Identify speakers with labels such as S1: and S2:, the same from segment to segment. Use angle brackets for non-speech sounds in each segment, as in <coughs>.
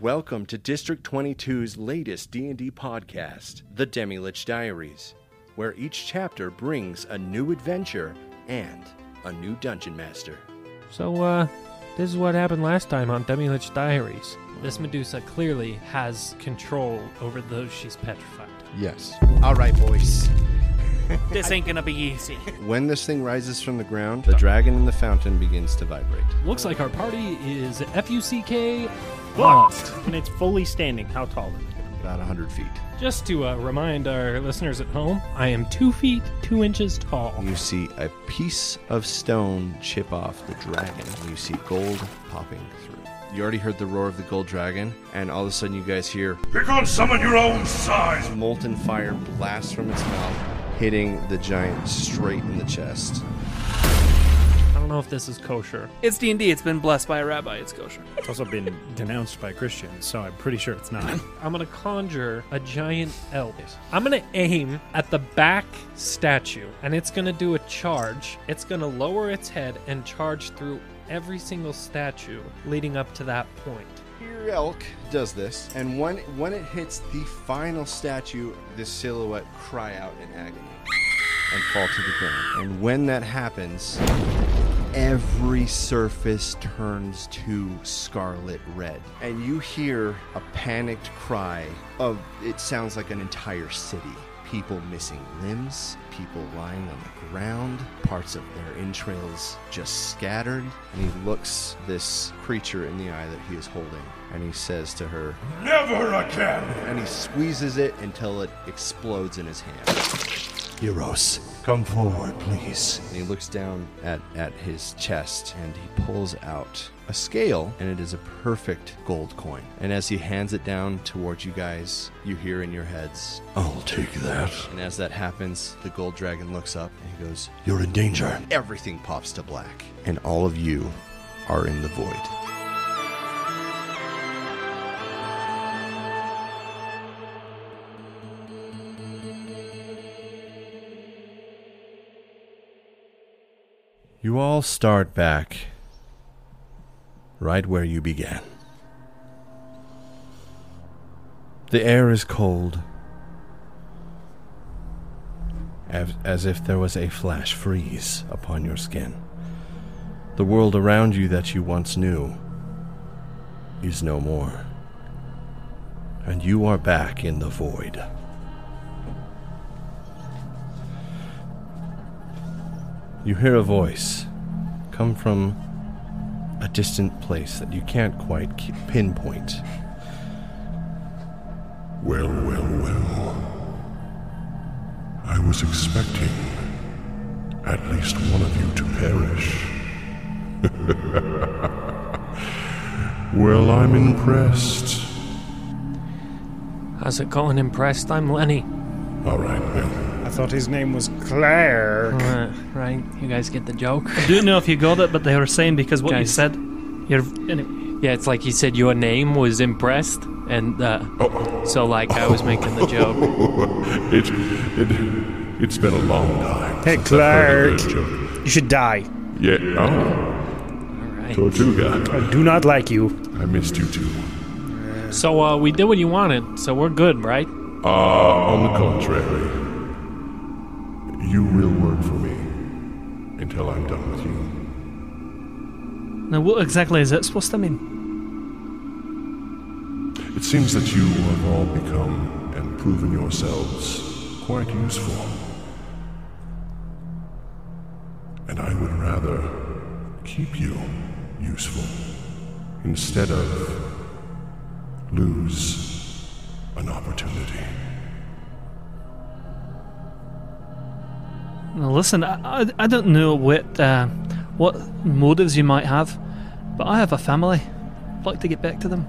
S1: Welcome to District 22's latest D&D podcast, The Demilich Diaries, where each chapter brings a new adventure and a new dungeon master.
S2: So, uh, this is what happened last time on Demilich Diaries. This Medusa clearly has control over those she's petrified.
S1: Yes. All right, boys.
S3: This ain't gonna be easy.
S1: When this thing rises from the ground, the dragon in the fountain begins to vibrate.
S2: Looks like our party is FUCK
S3: Blocked. And it's fully standing. How tall is it?
S1: About 100 feet.
S2: Just to uh, remind our listeners at home, I am two feet two inches tall.
S1: You see a piece of stone chip off the dragon. You see gold popping through. You already heard the roar of the gold dragon, and all of a sudden you guys hear
S4: Pick on someone your own size.
S1: molten fire blasts from its mouth, hitting the giant straight in the chest.
S2: I don't know if this is kosher.
S5: It's D and D. It's been blessed by a rabbi. It's kosher.
S6: It's also been denounced by Christians, so I'm pretty sure it's not.
S2: I'm gonna conjure a giant elk. I'm gonna aim at the back statue, and it's gonna do a charge. It's gonna lower its head and charge through every single statue leading up to that point.
S1: Your elk does this, and when when it hits the final statue, this silhouette cry out in agony and fall to the ground. And when that happens, every surface turns to scarlet red, and you hear a panicked cry of it sounds like an entire city. People missing limbs, people lying on the ground, parts of their entrails just scattered. And he looks this creature in the eye that he is holding, and he says to her,
S4: Never again.
S1: and he squeezes it until it explodes in his hand.
S4: Eros, come forward, please.
S1: And he looks down at, at his chest and he pulls out a scale, and it is a perfect gold coin. And as he hands it down towards you guys, you hear in your heads.
S4: I'll take that.
S1: And as that happens, the gold dragon looks up and he goes,
S4: You're in danger.
S1: Everything pops to black, and all of you are in the void. You all start back right where you began. The air is cold, as, as if there was a flash freeze upon your skin. The world around you that you once knew is no more. And you are back in the void. You hear a voice come from a distant place that you can't quite ki- pinpoint.
S4: Well, well, well. I was expecting at least one of you to perish. <laughs> well, I'm impressed.
S2: How's it going, impressed? I'm Lenny.
S4: All right, Bill.
S6: I thought his name was Claire.
S2: Right, Uh, right. You guys get the joke.
S3: I do know if you got it, but they were saying because what you
S2: Guys.
S3: said, you're
S2: <laughs> Yeah, it's like he said your name was impressed, and uh, so like I was making the joke.
S4: Oh, <laughs> It, it, it's been a long time.
S6: Hey,
S4: since I've heard
S6: Clark.
S4: that joke.
S6: You should die.
S4: Yeah. Oh, Tortuga.
S6: I do not like you.
S4: I missed you too.
S2: <laughs> So uh, we did what you wanted, so we're good, right?
S4: Ah, on the contrary. You will work for me until I'm done with you.
S3: Now, what exactly is it supposed to mean?
S4: It seems that you have all become and proven yourselves quite useful. And I would rather keep you useful instead of lose an opportunity.
S3: Now, listen, I, I, I don't know what uh, what motives you might have, but I have a family. I'd like to get back to them.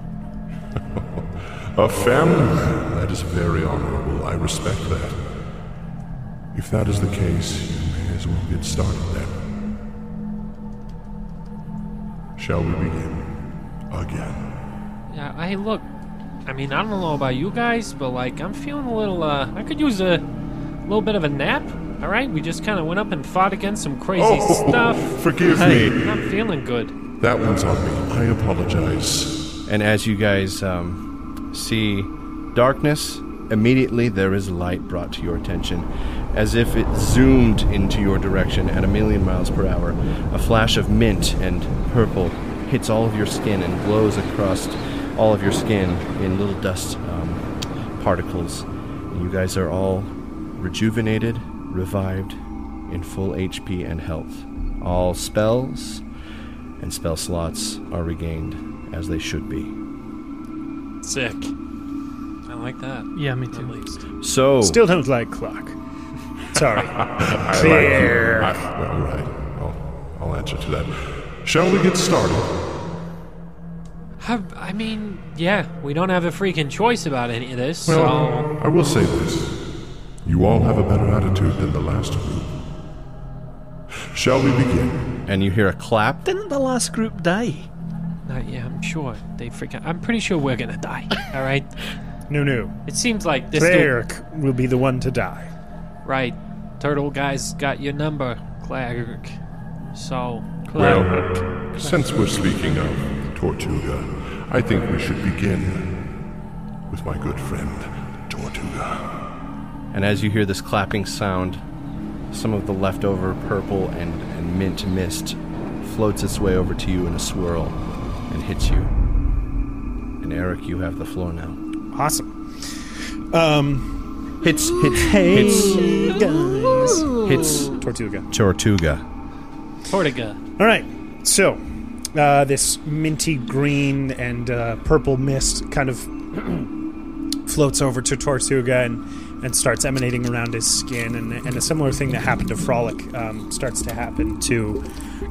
S4: A family man, Oh, that is very honorable. I respect that. If that is the case, you may as well get started then. Shall we begin again?
S2: Yeah. Hey, look. I mean, I don't know about you guys, but like I'm feeling a little. Uh, I could use a little bit of a nap. All right, we just kind of went up and fought against some crazy
S4: <laughs>
S2: stuff.
S4: Oh, forgive
S3: Hey.
S4: me.
S2: I'm feeling good.
S4: That one's on me. I apologize.
S7: And as you guys um, see darkness, immediately there is light brought to your attention, as if it zoomed into your direction at a million miles per hour. A flash of mint and purple hits all of your skin and blows across all of your skin in little dust um, particles. And you guys are all rejuvenated, revived, in full HP and health. All spells and spell slots are regained as they should be.
S2: Sick. I like that.
S8: Yeah, me
S2: At
S8: too.
S2: least.
S7: So,
S6: Still don't like clock. Sorry.
S4: I
S6: Clear.
S4: Like you. I, well, right. I'll, I'll answer to that. Shall we get started?
S2: I, I mean, yeah, we don't have a freaking choice about any of this, so.
S4: I will say this. You all have a better attitude than the last group. Shall we begin?
S7: and you hear a clap.
S8: Didn't the last group die?
S2: Uh, yeah, I'm sure they freaking. I'm pretty sure we're gonna die. All right.
S6: No, no.
S2: It seems like this dude,
S6: Cleric will be the one to die.
S2: right? Turtle guy's got your number, Cleric. So,
S4: Well, since we're speaking of Tortuga, I think we should begin with my good friend, Tortuga.
S7: And as you hear this clapping sound, some of the leftover purple and, and mint mist floats its way over to you in a swirl and hits you. And Eric, you have the floor now.
S6: Awesome. Um,
S7: Hits, hits, hits,
S6: guys.
S7: hits
S6: Tortuga.
S7: Tortuga.
S2: Tortiga.
S6: All right. So, uh, this minty green and uh, purple mist kind of <clears throat> floats over to Tortuga and, and starts emanating around his skin. And, and a similar thing that happened to Frolic um, starts to happen to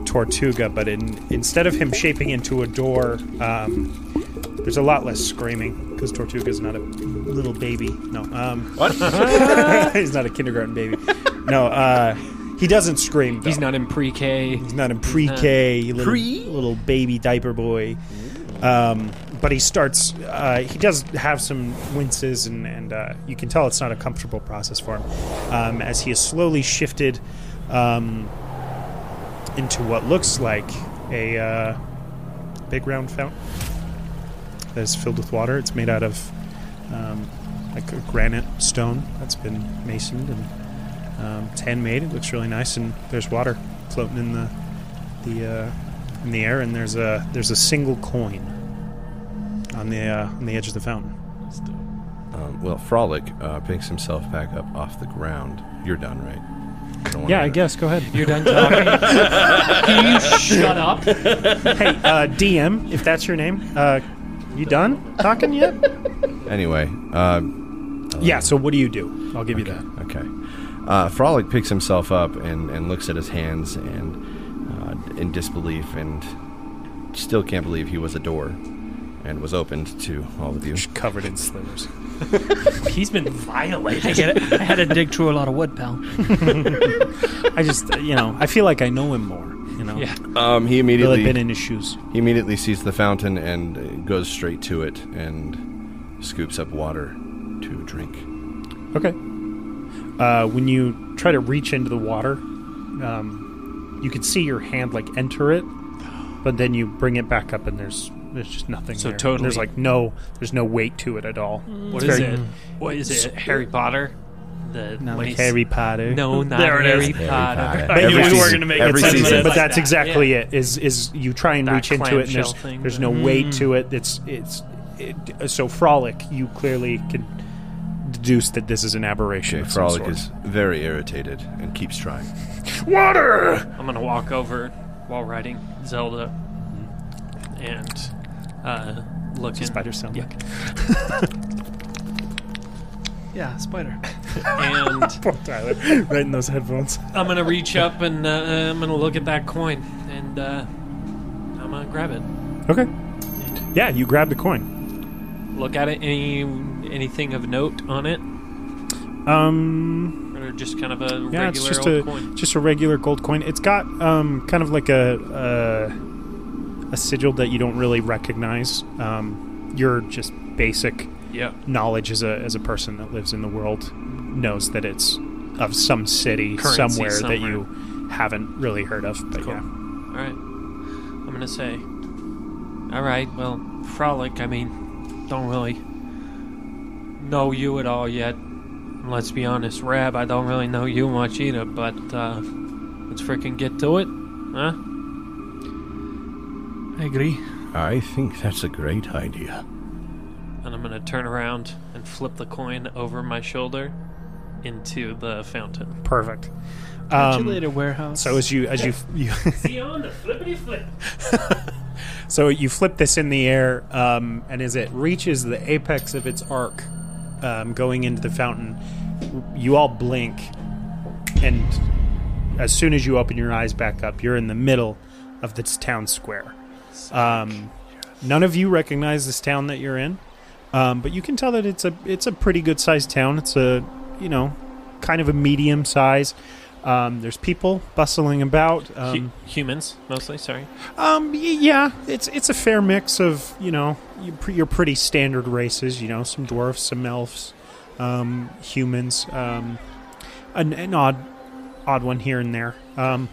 S6: Tortuga. But in, instead of him shaping into a door, um, there's a lot less screaming because Tortuga's not a little baby. No. Um, what? <laughs> he's not a kindergarten baby. No. Uh, he doesn't scream. Though.
S2: He's not in pre-K.
S6: He's not in pre-K, little, little baby diaper boy. Um, but he starts. Uh, he does have some winces, and, and uh, you can tell it's not a comfortable process for him um, as he is slowly shifted um, into what looks like a uh, big round fountain that is filled with water. It's made out of um, like a granite stone that's been masoned and um, it's handmade. It looks really nice, and there's water floating in the the uh, in the air, and there's a there's a single coin on the uh, on the edge of the fountain.
S7: Um, well, Frolic uh, picks himself back up off the ground. You're done, right? You don't wanna-
S6: guess. Go ahead.
S2: You're done talking. Can you shut up?
S6: hey, uh, DM, if that's your name, uh, you done talking yet?
S7: Anyway, uh,
S6: yeah. So what do you do? I'll give you that.
S7: Okay. Uh, Frolic picks himself up and, and looks at his hands and uh, in disbelief and still can't believe he was a door and was opened to all of you.
S6: Covered in slivers.
S2: He's been violated.
S8: I get it. I had to dig through a lot of wood, pal.
S6: I just, you know, I feel like I know him more. You know,
S2: Yeah.
S7: Um, he
S6: Bill had
S7: immediately
S6: been in his shoes.
S7: he immediately sees the fountain and uh, goes straight to it and scoops up water to drink.
S6: Okay. Uh, when you try to reach into the water, um, you can see your hand like enter it, but then you bring it back up and there's there's just nothing.
S2: So
S6: there.
S2: totally-
S6: there's like no there's no weight to it at all.
S2: What
S6: It's
S2: is
S6: very-
S2: it? What is it? Harry Potter? The
S8: No,
S2: when
S8: like
S2: he's-
S6: Harry Potter.
S2: No, not
S3: There it is.
S2: Harry Potter.
S8: I knew
S7: Every
S8: we were
S7: season-
S8: gonna make it
S7: every
S8: ten
S7: season.
S6: But
S8: minutes.
S6: that's
S2: that,
S6: exactly
S2: yeah.
S6: it. Is is you try and
S2: That
S6: reach into it and
S2: clamshell
S6: there's
S2: thing, Mm.
S6: there's
S2: yeah.
S6: no weight to it. It's it's it, so frolic. You clearly can deduce that this is an aberration.
S7: Okay,
S6: of some
S7: Frolic
S6: sort.
S7: is very irritated and keeps trying.
S6: water.
S2: I'm gonna walk over while riding Zelda and uh, look in.
S6: Spider sound.
S2: Yeah.
S8: Yeah, spider.
S2: and
S6: Poor Tyler, <laughs> right in those headphones.
S2: I'm gonna reach up and uh, I'm gonna look at that coin and uh, I'm gonna grab it.
S6: Okay. Yeah, you grab the coin.
S2: Look at it. Any anything of note on it,
S6: Um,
S2: or just kind of a
S6: yeah,
S2: regular
S6: it's just
S2: old
S6: a
S2: coin?
S6: just a regular gold coin. It's got um kind of like a a, a sigil that you don't really recognize. Um, your just basic
S2: Yeah.
S6: knowledge as a as a person that lives in the world knows that it's of some city
S2: Currency
S6: somewhere,
S2: somewhere.
S6: that you haven't really heard of. But
S2: Cool.
S6: yeah.
S2: All right. I'm gonna say, All right, well, frolic. I mean, don't really know you at all yet. And Let's be honest, Rab. I don't really know you much either. But uh, let's freaking get to it, huh?
S3: I agree.
S7: I think that's a great idea.
S2: And I'm gonna turn around and flip the coin over my shoulder into the fountain.
S6: Perfect.
S3: Catch
S6: Um,
S3: you later, warehouse.
S6: So as you as you you
S2: See on the flippity flip.
S6: so you flip this in the air, um, and as it reaches the apex of its arc, um, going into the fountain, you all blink, and as soon as you open your eyes back up, you're in the middle of this town square. Um, none of you recognize this town that you're in, um, but you can tell that it's a it's a pretty good sized town. It's a you know kind of a medium size. Um, there's people bustling about. Um,
S2: humans mostly. Sorry.
S6: um, y- yeah, it's it's a fair mix of you know your, pre- your pretty standard races. You know, some dwarfs, some elves, um, humans, um, an, an odd odd one here and there. Um,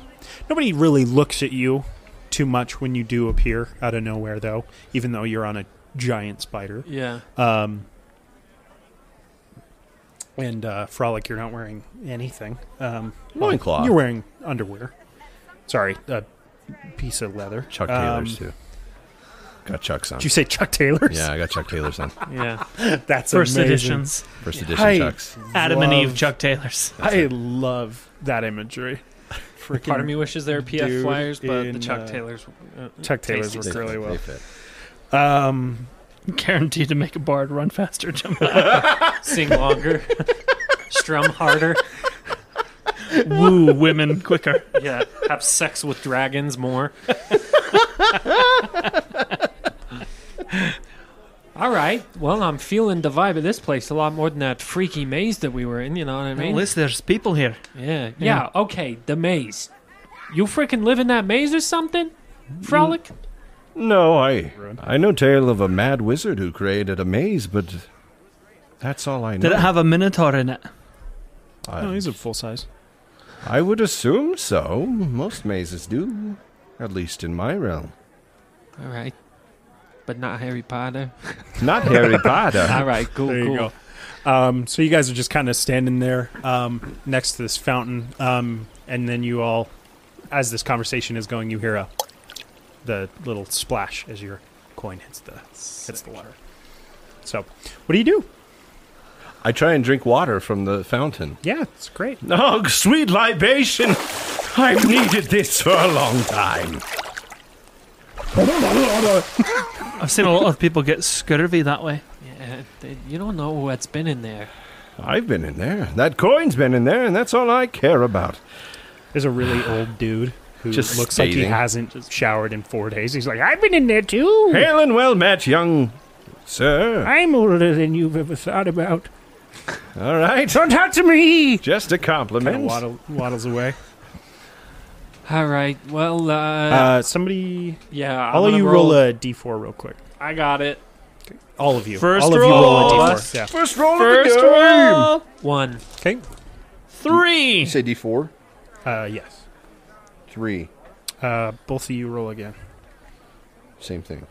S6: nobody really looks at you too much when you do appear out of nowhere, though. Even though you're on a giant spider,
S2: Yeah.
S6: um, and uh, frolic, you're not wearing anything. Um, well,
S7: Loincloth.
S6: You're wearing underwear. Sorry, a piece of leather.
S7: Chuck
S6: Um,
S7: Taylor's too. Got Chuck's on.
S6: Did you say Chuck Taylor's?
S7: Yeah, I got Chuck Taylor's on.
S3: <laughs>
S2: Yeah.
S6: <laughs> that's
S3: First
S6: amazing.
S3: editions.
S7: <laughs> First edition
S6: Hi.
S7: Chucks.
S3: Adam and Eve,
S6: Love-
S3: Chuck Taylor's.
S6: I love that imagery. Freaking
S2: Part of me wishes there were PF
S6: dude
S2: flyers, but the
S6: in,
S2: Chuck
S6: uh,
S2: Taylors. Uh,
S6: Chuck Taylors
S2: tasty
S6: work
S2: stuff.
S6: really
S7: They
S6: well.
S7: fit.
S6: Um,
S2: <laughs>
S3: Guaranteed to make a bard run faster, jump
S2: Sing longer, <laughs> strum harder.
S3: woo women quicker.
S2: Yeah. Have sex with dragons more. <laughs> All right. Well, I'm feeling the vibe of this place a lot more than that freaky maze that we were in. You know what I mean?
S3: At least there's people here.
S2: Yeah. Yeah. Okay. The maze. You freaking live in that maze or something? Frolic?
S7: No, I I know tale of a mad wizard who created a maze, but that's all I know.
S3: Did it have a minotaur in it?
S7: I,
S6: no, he's a full size.
S7: I would assume so. Most mazes do, at least in my realm.
S2: All right. But not Harry Potter. <laughs>
S7: Not Harry Potter.
S2: All right. Cool.
S6: There you
S2: cool.
S6: go. Um, so you guys are just kind of standing there um, next to this fountain, um, and then you all, as this conversation is going, you hear a the little splash as your coin hits the hits the water. So, what do you do?
S7: I try and drink water from the fountain.
S6: Yeah, it's great.
S7: Oh, sweet libation! I've needed this for a long time.
S3: I've seen a lot of people get scurvy that way.
S2: Yeah, they- you don't know what's been in there.
S7: I've been in there. That coin's been in there, and that's all I care about.
S6: There's a really old dude who
S7: Just
S6: looks like he
S7: bathing.
S6: hasn't showered in four days. He's like, I've been in there too.
S7: Hail and well met, young sir.
S6: I'm older than you've ever thought about.
S7: All right.
S6: Don't talk to me.
S7: Just a
S6: Kind
S7: compliment.
S6: of waddle, waddles away.
S2: All right. Well, uh,
S6: <laughs> Uh, somebody,
S2: yeah.
S6: all of you roll a d4 real quick.
S2: I got it.
S6: All of you.
S3: First
S6: all of you
S3: roll.
S6: roll a d4.
S3: Plus-
S6: Yeah.
S7: First roll of
S3: First
S7: the game.
S3: roll!
S2: One.
S6: Okay.
S1: You
S3: Three!
S1: say D4?
S6: Uh, yes.
S1: Three.
S6: Uh, both of you roll again.
S1: Same thing.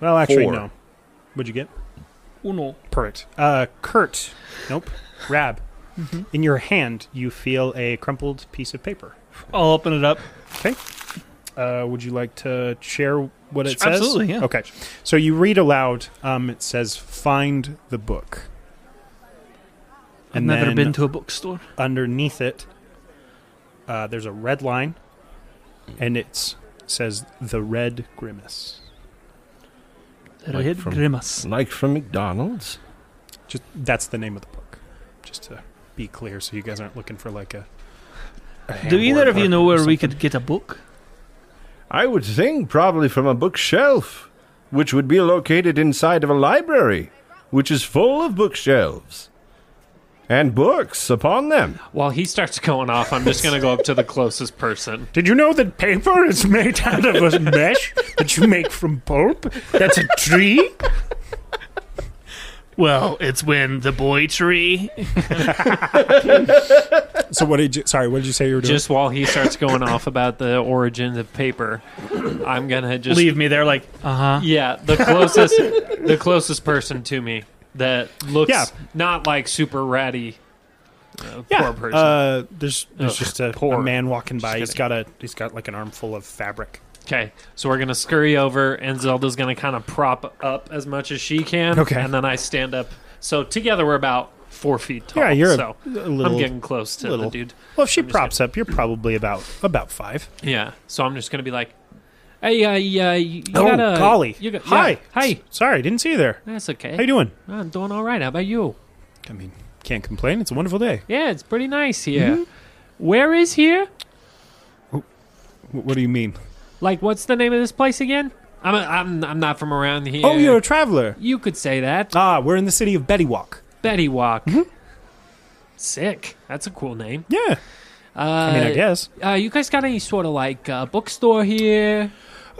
S6: Well, actually,
S1: Four.
S6: no. What'd you get?
S3: Uno.
S6: Perfect. Uh, Kurt. Nope. Rab. In your hand, you feel a crumpled piece of paper.
S3: I'll open it up.
S6: Uh, would you like to share what it
S3: Sure,
S6: says?
S3: absolutely, yeah.
S6: Okay. So you read aloud. Um, it says, "Find the book."
S3: I've never been to a bookstore.
S6: underneath it. Uh, there's a red line, and it says "the red grimace."
S3: The
S7: Like
S3: Red
S7: from-
S3: Grimace.
S7: Like from McDonald's.
S6: Just that's the name of the book. Just to be clear, so you guys aren't looking for like a. a
S3: Do either
S6: handboard
S3: of you
S6: or
S3: know where we
S6: something.
S3: could get a book?
S7: I would think probably from a bookshelf, which would be located inside of a library, which is full of bookshelves and books upon them.
S2: While he starts going off, I'm just gonna go up to the closest person.
S6: <laughs> Did you know that paper is made out of a mesh that you make from pulp? That's a tree.
S3: Well, it's when the boy tree.
S6: So what did you? Sorry, what did you say you were doing?
S2: Just while he starts going off about the origin of paper, I'm gonna just
S3: Leave me there, like
S9: Uh huh.
S2: Yeah, the closest the closest person to me that looks
S6: Yeah.
S2: not like super ratty. Uh,
S6: yeah.
S2: Poor person.
S6: Uh, there's there's
S2: Ugh,
S6: just a,
S2: poor.
S6: a man walking by.
S2: Just
S6: He's got a he's got like an armful of fabric.
S2: okay, so we're gonna scurry over, and Zelda's gonna kind of prop up as much as she can.
S6: Okay.
S2: and then I stand up. So together we're about four feet tall.
S6: Yeah, you're a-
S2: so
S6: a
S2: I'm
S6: little-
S2: getting close to the
S6: little.
S2: dude.
S6: Well, if she
S2: just
S6: props up, you're probably about about five.
S2: Yeah, so I'm just gonna be like, "Hey, uh, yeah, you, you
S6: oh,
S2: got a
S6: golly!
S2: You got,
S6: hi,
S2: yeah, hi."
S6: Sorry, didn't see you there.
S2: That's okay.
S6: How you doing?
S2: I'm doing all right. How about you?
S6: I mean, can't complain. It's a wonderful day.
S2: Yeah, it's pretty nice here.
S6: Mm-hmm.
S2: Where is here?
S6: Wh- What do you mean?
S2: Like, what's the name of this place again? I'm I'm I'm not from around here.
S6: Oh, you're a traveler.
S2: You could say that.
S6: Ah, we're in the city of Bettywalk.
S2: Betty Walk.
S6: Mm-hmm.
S2: Sick. That's a cool name.
S6: Yeah,
S2: Uh,
S6: I mean, I guess.
S2: Uh, you guys got any sort of like uh, bookstore here?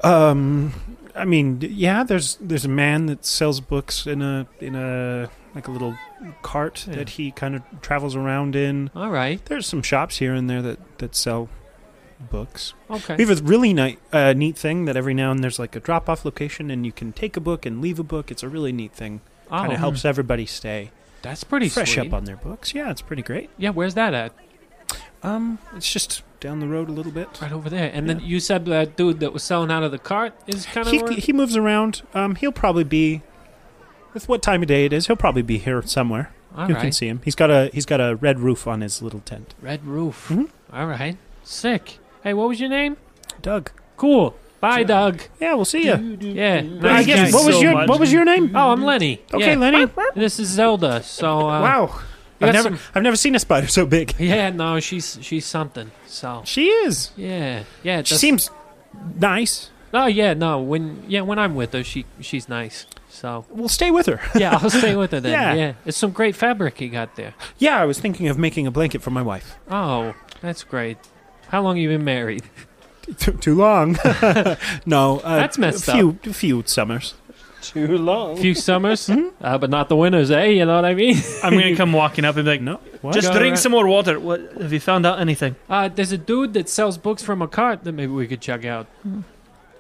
S6: Um, I mean, d- yeah. There's there's a man that sells books in a in a like a little cart
S2: Yeah.
S6: that he kind of travels around in.
S2: All right.
S6: There's some shops here and there that that sell books.
S2: Okay.
S6: We have a really ni- uh, neat thing that every now and there's like a drop off location, and you can take a book and leave a book. It's a really neat thing.
S2: oh, hmm.
S6: Kind of helps everybody stay
S2: That's pretty
S6: fresh
S2: sweet.
S6: up on their books. Yeah, it's pretty great.
S2: yeah. Where's that at?
S6: Um, it's just down the road a little bit.
S2: Right over there. And then you said that dude that was selling out of the cart is kind of.
S6: He he moves around. Um, he'll probably be. With what time of day it is, he'll probably be here somewhere.
S2: All
S6: you
S2: right.
S6: can see him. He's got a he's got a red roof on his little tent.
S2: Red Roof.
S6: Mhm.
S2: All right. Sick. Hey, what was your name?
S6: Doug.
S2: Cool. Bye, Doug.
S6: Yeah, we'll see you.
S2: Yeah.
S6: I
S2: Nice
S6: guess,
S2: guys.
S6: what was
S3: so
S6: your
S3: much.
S6: what was your name?
S2: Oh, I'm Lenny.
S6: Okay,
S2: Yeah.
S6: Lenny.
S2: This is Zelda. So uh,
S6: wow.
S2: you
S6: I've
S2: got
S6: never
S2: some-
S6: I've never seen a spider so big.
S2: Yeah, no, she's she's something. So
S6: She is.
S2: yeah, yeah.
S6: She
S2: that's-
S6: seems nice.
S2: Oh yeah, no. When yeah, when I'm with her, she she's nice.
S6: <laughs>
S2: So
S6: We'll stay with her.
S2: yeah, I'll stay with her then.
S6: Yeah.
S2: yeah. it's some great fabric you got there.
S6: Yeah, I was thinking of making a blanket for my wife.
S2: Oh, that's great. How long you been married?
S6: Too, too <laughs> long. no, uh,
S2: That's messed
S6: a few, up. A few summers.
S7: Too long.
S2: few <laughs> summers, uh, but not the winters, eh? You know what I mean? <laughs>
S3: I'm gonna come walking up and be like,
S6: <laughs> No, what?
S3: just
S2: Go
S3: drink
S2: right-
S3: some more water. What have you found out anything?
S2: Uh, there's a dude that sells books from a cart that maybe we could check out.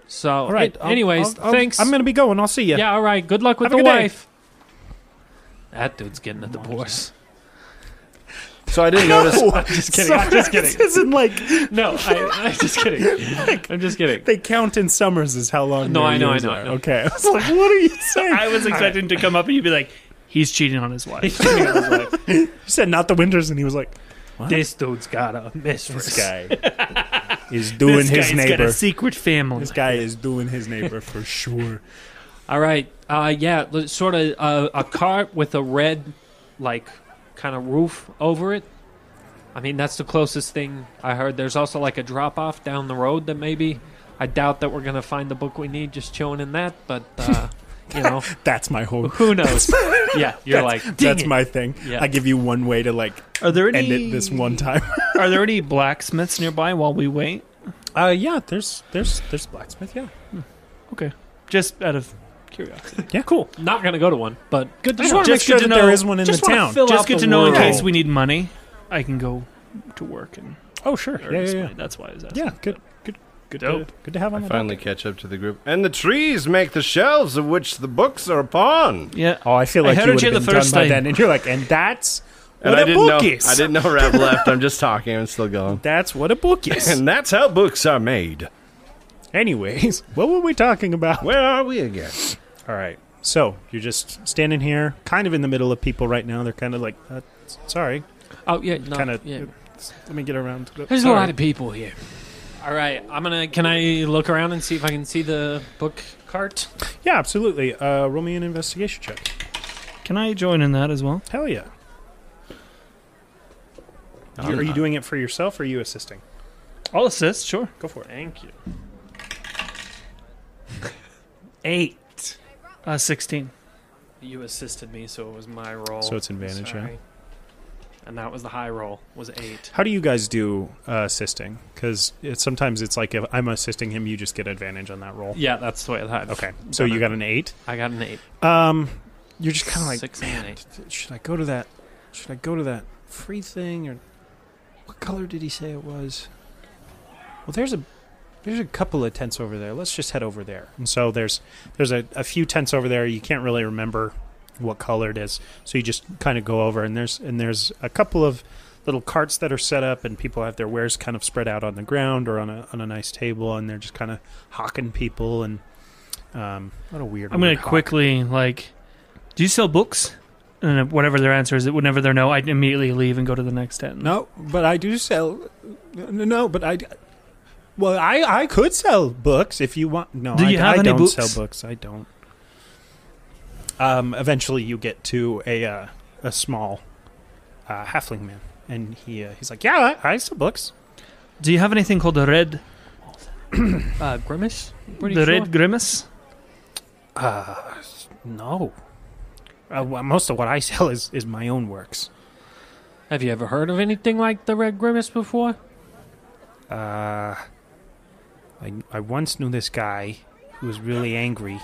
S2: So,
S6: all right.
S2: it-
S6: I'll-
S2: anyways,
S6: I'll- I'll-
S2: thanks.
S6: I'm gonna be going. I'll see you.
S2: Yeah.
S6: <laughs>
S2: all right. Good luck with
S6: Have a
S2: the
S6: good day.
S2: wife. That dude's getting a divorce.
S7: So I didn't notice.
S3: Just kidding.
S6: <laughs>
S3: I'm just kidding.
S6: This isn't like
S2: <laughs> No, I, I'm just <laughs> kidding. I'm just kidding.
S6: they count in summers as how long.
S2: No,
S6: their
S2: I know, I
S6: years
S2: know, I
S6: are.
S2: know.
S6: Okay, I <laughs> was like, what are you saying?
S3: I was expecting to come up and you'd be like, he's cheating on his wife.
S6: You said not the winters, and he was like,
S2: <laughs> This dude's got a mistress.
S6: this guy <laughs> is doing
S3: this
S6: his
S3: guy's got
S6: neighbor.
S3: a secret family.
S6: This guy is doing his neighbor for sure.
S2: All right. Uh, yeah, l- sort of uh, a cart with a red, like, kind of roof over it. I mean, that's the closest thing I heard. There's also like a drop off down the road that maybe. I doubt that we're gonna find the book we need just chilling in that, but <laughs> uh, you know,
S6: That's my whole.
S2: who
S3: <laughs>
S6: <laughs>
S2: knows? yeah, you're <laughs> like,
S6: that's, that's
S2: "Dang it."
S6: my thing.
S2: Yeah.
S6: I give you one way to like
S3: Are there
S6: end
S3: any?
S6: it this one time.
S3: <laughs>
S6: <laughs>
S3: Are there any blacksmiths nearby while we wait?
S6: Uh, yeah, there's there's there's blacksmith. Yeah,
S3: Just out of curiosity.
S6: yeah, cool.
S2: Not gonna go to one, but good to
S3: Just
S2: know.
S3: wanna make
S6: Just
S3: sure
S6: good
S3: to
S6: that
S3: know-
S6: there is one in the
S2: just wanna
S6: town.
S2: fill
S3: Just
S2: out
S3: good
S2: the
S3: to know in
S2: world.
S3: case we need money. I can go to work and.
S6: oh, sure. Yeah,
S3: earn
S6: yeah,
S3: some
S6: yeah.
S3: money. That's why I was asking.
S6: Yeah, good, good, good.
S3: Dope.
S6: To, good to have on
S7: I
S6: the
S7: finally catch up to the group. And the trees make the shelves of which the books are upon.
S3: Yeah.
S6: dock. Oh, I feel
S3: I
S6: like
S3: heard
S6: you would
S3: you
S6: have
S3: the
S6: been done
S3: first
S6: by
S3: time.
S6: then, and you're like, and that's
S7: And
S6: what
S7: I
S6: a
S7: didn't
S6: book
S7: know.
S6: is.
S7: I didn't know Rap left. I'm just talking. I'm still going.
S6: That's what a book is.
S7: <laughs> And that's how books are made.
S6: Anyways, what were we talking about?
S7: Where are we again?
S6: All right, so you're just standing here, kind of in the middle of people right now. They're kind of like, uh, s- sorry,
S2: Oh yeah, no,
S6: kind of.
S2: yeah.
S6: Let me get around. To the, Oh,
S2: There's
S6: sorry.
S2: a lot of people here. All right, I'm gonna. Can I look around and see if I can see the book cart?
S6: Yeah, absolutely. Uh, roll me an investigation check.
S3: Can I join in that as well?
S6: Hell yeah.
S7: I'm
S6: are you
S7: not.
S6: doing it for yourself, or are you assisting?
S3: I'll assist. Sure.
S6: Go for it.
S3: Thank you. Eight. Uh, sixteen.
S2: You assisted me, so it was my roll.
S6: So it's advantage, yeah. Sorry.
S2: And that was the high roll. Was eight.
S6: How do you guys do uh, assisting? Because it, sometimes it's like if I'm assisting him, you just get advantage on that roll.
S2: Yeah, that's the way it had.
S6: Okay, so you got an eight.
S2: I got an eight.
S6: Um, You're just kind of like,
S10: six
S6: man,
S10: and an eight.
S6: th- should I go to that? Should I go to that free thing or what color did he say it was? Well, there's a there's a couple of tents over there. Let's just head over there. And so there's there's a, a few tents over there. You can't really remember what color it is, so you just kind of go over and there's and there's a couple of little carts that are set up and people have their wares kind of spread out on the ground or on a on a nice table and they're just kind of hawking people and um, what a weird.
S3: I'm gonna
S6: word, hawk.
S3: quickly like, do you sell books? And whatever their answer is, whenever they're no, I'd immediately leave and go to the next tent.
S6: No, but I do sell. No, no, but I. Well, I I could sell books if you want. No,
S3: Do
S6: I,
S3: you have
S6: I
S3: any
S6: don't
S3: books?
S6: sell books. I don't. Um, eventually, you get to a uh, a small uh, halfling man, and he uh, he's like, "Yeah, I, I sell books."
S3: Do you have anything called the red,
S10: Uh, Grimace?
S3: the
S10: Pretty sure.
S3: red grimace?
S6: Uh, no. Uh, well, most of what I <laughs> sell is, is my own works.
S2: Have you ever heard of anything like the Red Grimace before?
S6: Uh, I, I once knew this guy who was really angry,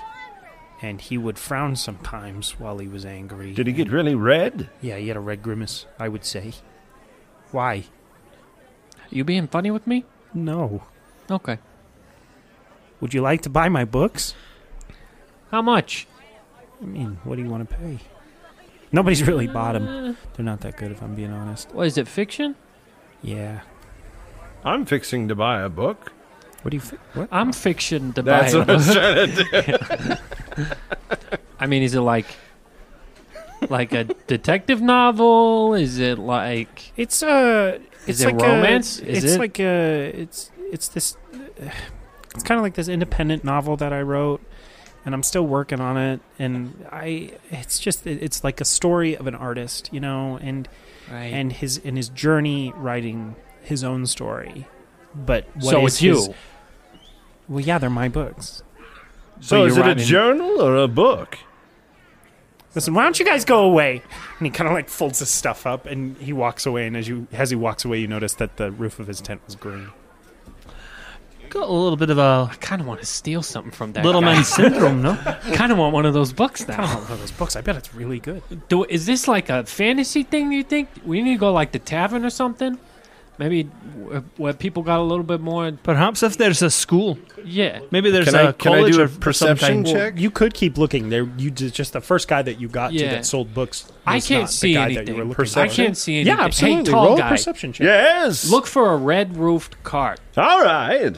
S6: and he would frown sometimes while he was angry.
S7: Did he get really red?
S6: Yeah, he had a red grimace, I would say. Why?
S2: You being funny with me?
S6: No.
S2: Okay.
S6: Would you like to buy my books?
S2: How much?
S6: I mean, what do you want to pay? Nobody's really bought them. They're not that good, if I'm being honest.
S2: What is it, fiction?
S6: Yeah.
S7: I'm fixing to buy a book.
S6: What do you? Fi- what?
S2: I'm fiction to
S7: That's
S2: buy.
S7: what I
S2: <laughs>
S7: was trying to do.
S2: I mean, is it like like a detective novel? Is it like
S6: It's uh
S2: Is
S6: it's
S2: it
S6: like
S2: romance?
S6: A,
S2: Is
S6: it's
S2: it-
S6: like a it's it's this it's kind of like this independent novel that I wrote and I'm still working on it and I it's just it's like a story of an artist, you know, and
S2: right?
S6: and his and his journey writing his own story. But what
S2: so
S6: is
S2: it's you.
S6: his- well, yeah, they're my books.
S7: So is
S2: you're
S7: it a
S2: writing-
S7: journal or a book?
S6: Listen, why don't you guys go away? And he kind of like folds his stuff up and he walks away. And as you as he walks away, you notice that the roof of his tent was green.
S3: Got a little bit of a
S2: I kind of want to steal something from that.
S3: little
S2: guy. <laughs>
S3: man syndrome, Mm, no?
S2: kind of want one of those books
S6: Kind of
S2: now.
S6: one of those books. I bet it's really good.
S2: Do, is this like a fantasy thing? You think we need to go like the tavern or something? Maybe where, where people got a little bit more.
S3: Perhaps if there's a school,
S2: Yeah.
S3: maybe there's
S7: Can
S3: a
S7: I, can I
S3: college
S7: do
S3: or
S7: a
S3: or some
S7: perception
S3: kind.
S7: check?
S6: You could keep looking. There, you did just the first guy that you got to
S2: Yeah.
S6: that sold books. Was
S2: I
S6: not
S2: can't see
S6: the guy That
S2: anything.
S6: you were looking
S2: I
S7: Perception?
S2: can't see
S6: For.
S2: anything.
S6: Yeah, absolutely.
S2: Hey, tall
S6: Roll a
S2: guy,
S6: perception check.
S7: yes.
S2: look for a red roofed cart.
S7: All right.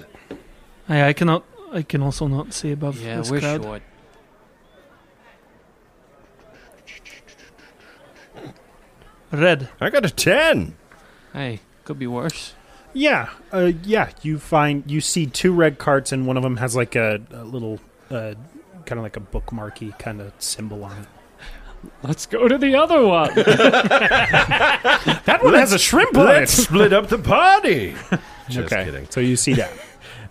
S3: I, I cannot. I can also not see above
S2: Yeah,
S3: this
S2: we're
S3: crowd.
S2: short.
S3: Red.
S7: I got a 10.
S2: Hey, could be worse.
S6: Yeah, uh, yeah. You find you see two red carts, and one of them has like a, a little, uh, kind of like a bookmarky kind of symbol on it.
S2: Let's go to the other one.
S6: That one has a shrimp on
S7: Let's
S6: it.
S7: split up the party. Just
S6: okay,
S7: kidding.
S6: so you see that.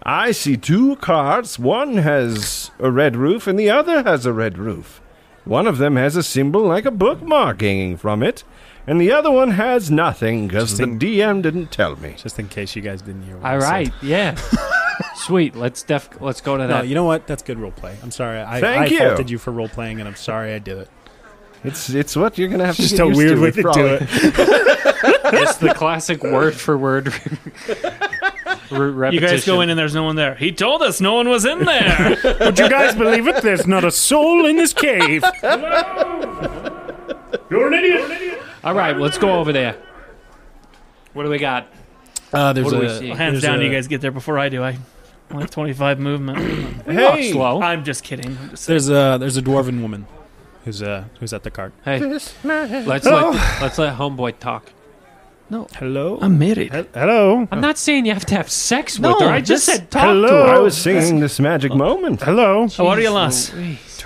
S7: I see two carts. One has a red roof and the other has a red roof. One of them has a symbol like a bookmark hanging from it, and the other one has nothing because the
S6: Interesting.
S7: DM didn't tell me.
S6: Just in case you guys didn't hear. What I
S2: All
S6: said.
S2: right, <laughs> yeah. Sweet. Let's def. Let's go to
S6: No,
S2: that.
S6: you know what? That's good role play. I'm sorry. I,
S7: Thank
S6: I
S7: you.
S6: faulted you for role playing, and I'm sorry I did it.
S7: It's it's what you're gonna have to
S6: Just
S7: get
S6: a
S7: used
S6: weird way
S7: it's
S6: to do
S7: probably-
S6: it. <laughs>
S2: it's the classic word for word. <laughs>
S3: You guys go in and there's no one there. He told us no one was in there.
S6: Would you guys believe it? There's not a soul in this cave. You're an idiot.
S2: All right, let's go over there. What do we got?
S6: <laughs> Uh, there's
S2: What do we
S6: a-
S2: see?
S3: Hands
S6: there's
S3: down,
S6: a-
S3: you guys get there before I do. I only have 25 <coughs> movement.
S7: Hey,
S2: Oh, Slow.
S3: I'm just kidding. I'm just-
S6: There's a there's a dwarven woman who's uh who's at the cart.
S2: <laughs> Hey,
S7: this man.
S2: let's let, let's let homeboy talk.
S6: Hello.
S3: <coughs> I'm married.
S6: Hel- hello.
S2: I'm not saying you have to have sex with
S3: No,
S2: her. I just
S3: this-
S2: said talk
S6: Hello.
S2: to her.
S7: I was singing this magic moment.
S6: Hello.
S3: How are you, lass?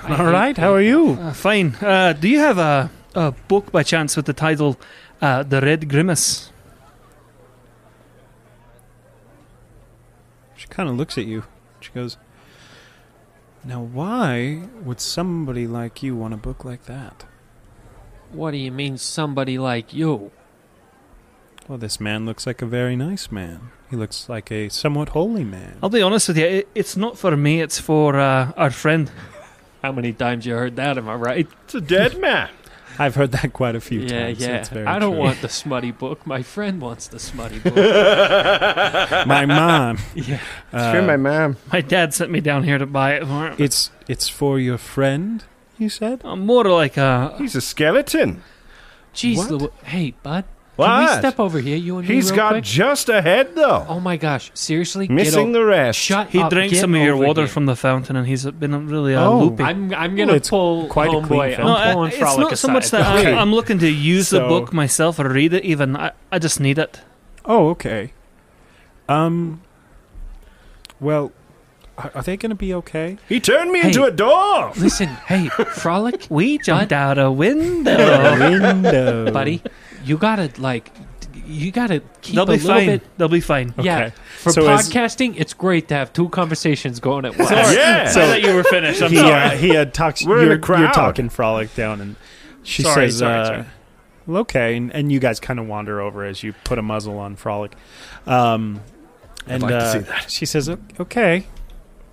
S6: All right. How are you?
S3: Uh, fine. Uh, do you have a, a book by chance with the title uh, The Red Grimace?
S6: She kind of looks at you. She goes. Now, why would somebody like you want a book like that?
S2: What do you mean, somebody like you?
S6: Well, this man looks like a very nice man. He looks like a
S2: Oh.
S6: somewhat holy man.
S3: I'll be honest with you. It, it's not for me. It's for uh, our friend.
S2: How many times you heard that? Am I right?
S7: It's a dead man.
S6: I've heard that quite a few
S2: yeah,
S6: times.
S2: yeah.
S6: It's very
S2: I don't
S6: true.
S2: want the smutty book. My friend wants the smutty <laughs> book.
S6: <laughs> my mom.
S2: yeah.
S6: uh,
S7: mom.
S3: My dad sent me down here to buy it for him.
S6: It's it's for your friend. You said
S3: Uh, more like a.
S7: He's a skeleton.
S2: Jeez,
S6: What?
S2: Lou- hey, bud. Can we
S7: What?
S2: step over here, you and me,
S7: He's
S2: real
S7: got
S2: quick?
S7: just a head, though.
S2: oh my gosh! Seriously,
S7: Missing
S2: get o-
S7: the rest.
S2: Shut
S3: He
S2: up.
S3: drank
S2: Get
S3: some of your
S2: over
S3: water
S2: here.
S3: from the fountain, and he's been really uh,
S6: Oh.
S3: loopy.
S2: I'm I'm
S6: Well,
S2: gonna
S6: it's
S2: pull
S6: quite a clean
S2: homeboy.
S6: film.
S2: I'm pulling
S3: uh, it's
S2: frolic
S3: not so much
S2: aside.
S3: that I-
S6: Okay.
S3: I'm looking to use the
S6: So-
S3: book myself or read it. Even I, I just need it.
S6: Oh, okay. Um. Well, are, are they going to be okay?
S7: He turned me
S2: Hey.
S7: into a dog.
S2: <laughs> Listen, hey,
S3: <laughs>
S2: frolic,
S3: We jumped out a window.
S6: Window,
S2: buddy, <laughs> you gotta like, d- you gotta keep
S3: <laughs> They'll
S2: a
S3: be
S2: little
S3: fine.
S2: bit.
S3: They'll be fine.
S2: Yeah,
S6: Okay.
S2: for
S6: So is-
S2: podcasting, it's great to have two conversations going
S3: <laughs>
S2: at once.
S7: Yeah.
S3: I thought you were finished. I'm
S6: He
S3: sorry.
S6: uh, he uh, talks.
S7: We're in
S6: you're,
S7: a crowd.
S6: you're talking frolic down, and she
S3: Sorry,
S6: says,
S3: sorry,
S6: uh,
S3: sorry.
S6: "Well, "Okay," and, and you guys kind of wander over as you put a muzzle on frolic. Um, and
S7: like to
S6: uh,
S7: see that.
S6: she says, "O- "Okay,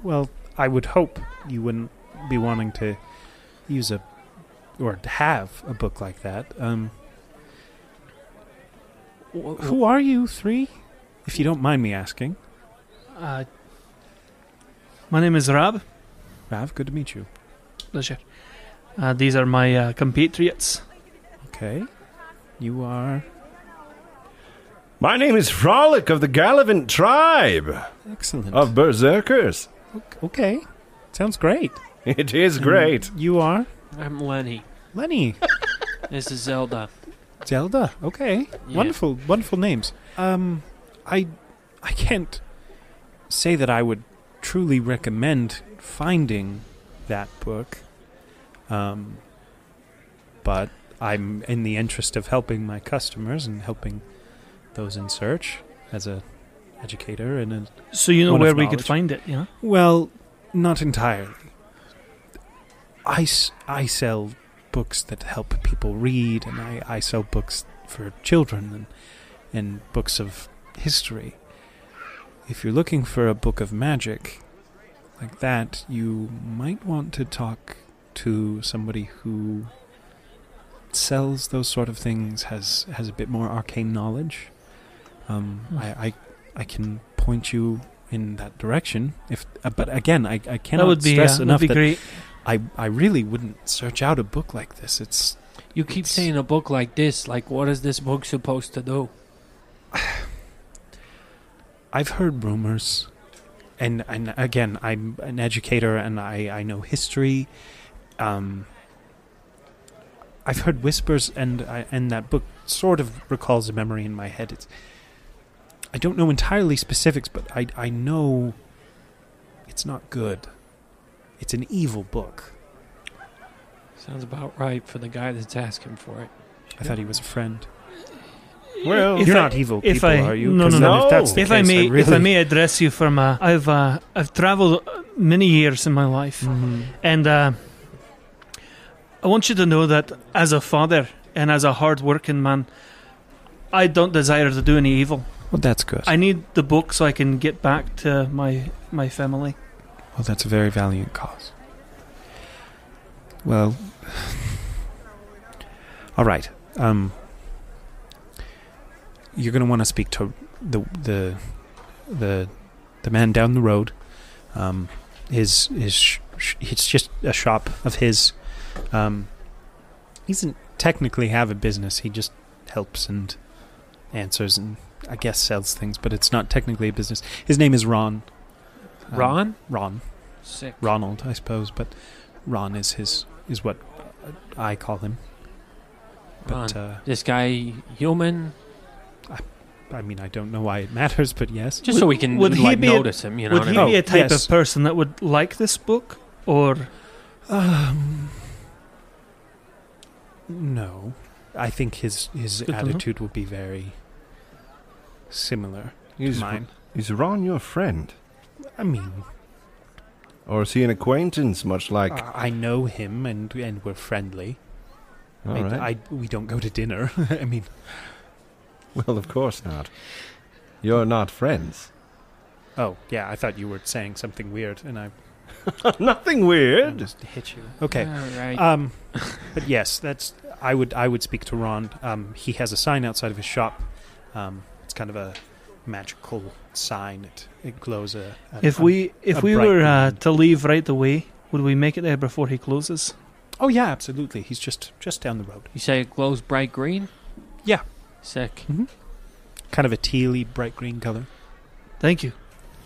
S6: well, I would hope you wouldn't be wanting to use a or to have a book like that." Um, who are you three, if you don't mind me asking?
S3: Uh, my name is Rab.
S6: Rav, good to meet you.
S3: Pleasure. Uh, these are my uh, compatriots.
S6: Okay, you are
S7: My name is Frolic of the Gallivant tribe
S6: excellent.
S7: of Berserkers.
S6: Okay. Sounds great.
S7: It is
S2: Mm.
S7: great.
S6: You are
S2: I'm Lenny.
S6: Lenny.
S2: This is Zelda.
S6: Zelda. Okay.
S2: Yeah.
S6: Wonderful wonderful names. Um I I can't say that I would truly recommend finding that book. Um but I'm in the interest of helping my customers and helping those in search as a educator and a
S3: So you know
S6: One of
S3: where we could
S6: knowledge.
S3: find it, yeah?
S6: Well, not entirely. I, s- I sell books that help people read, and I, I sell books for children and, and books of history. If you're looking for a book of magic like that, you might want to talk to somebody who sells those sort of things, has, has a bit more arcane knowledge. Um,
S3: Hmm.
S6: I, I, I can point you in that direction. If, uh, but again, I, I cannot
S3: That would be, uh,
S6: stress
S3: would
S6: enough
S3: be
S6: that
S3: great.
S6: I, I really wouldn't search out a book like this. It's
S2: You keep
S6: It's-
S2: saying a book like this. Like, what is this book supposed to do?
S6: I've heard rumors, and and again, I'm an educator, and I I know history. Um, I've heard whispers, and I, and that book sort of recalls a memory in my head. It's I don't know entirely specifics, but I I know it's not good. It's an evil book.
S2: Sounds about right for the guy that's asking for it.
S6: I thought he was a friend.
S7: Well,
S3: If
S6: You're
S3: I-
S6: not evil
S3: if
S6: people,
S3: I-
S6: are you?
S3: no,
S6: 'Cause
S7: no,
S6: then
S7: no.
S6: If, that's the
S3: If I
S6: case,
S3: may,
S6: really,
S3: if I may address you from, uh, I've uh, I've traveled uh, many years in my life,
S6: Mhm.
S3: and uh, I want you to know that as a father and as a hard-working man, I don't desire to do any evil.
S6: Well, that's good.
S3: I need the book so I can get back to my my family.
S6: Well, that's a very valiant cause. Well, <sighs> all right. Um, you're going to want to speak to the the the the man down the road. Um, his his sh- sh- it's just a shop of his. Um, he doesn't technically have a business. He just helps and answers and I guess sells things, but it's not technically a business. His name is Ron. Um,
S2: Ron?
S6: Ron.
S2: Sick.
S6: Ronald, I suppose, but Ron is his is what I call him. But
S2: Ron.
S6: uh,
S2: This guy human?
S6: I mean, I don't know why it <laughs> matters, but yes.
S2: Just
S3: Would-
S2: so we can
S3: would he
S2: like
S3: be a-
S2: notice him, you know
S3: would
S2: what
S3: he
S2: I mean?
S3: be a type
S6: yes.
S3: of person that would like this book, or
S6: Um, no, I think his his
S3: Good to know.
S6: attitude will be very similar to
S7: is,
S6: mine.
S7: is Ron your friend?
S6: I mean,
S7: Or is he an acquaintance, much like.
S6: I I know him, and and we're friendly.
S7: All
S6: I,
S7: right.
S6: I we don't go to dinner. <laughs> I mean,
S7: well, of course not. You're not friends.
S2: <laughs>
S6: oh yeah, I thought you were saying something weird, and I
S7: Nothing weird.
S11: Just hit you.
S6: Okay.
S2: All right.
S6: Um, but yes, that's I would I would speak to Ron. Um, he has a sign outside of his shop. Um, it's kind of a magical sign. It it glows a. a
S3: If
S6: a-
S3: we if
S6: a
S3: we
S6: bright
S3: were uh,
S6: green.
S3: to leave right away, would we make it there before he closes?
S6: oh yeah, absolutely. He's just just down the road.
S2: you say it glows bright green?
S6: Yeah.
S2: Sick.
S6: Kind of a tealy, bright green color.
S3: Thank you.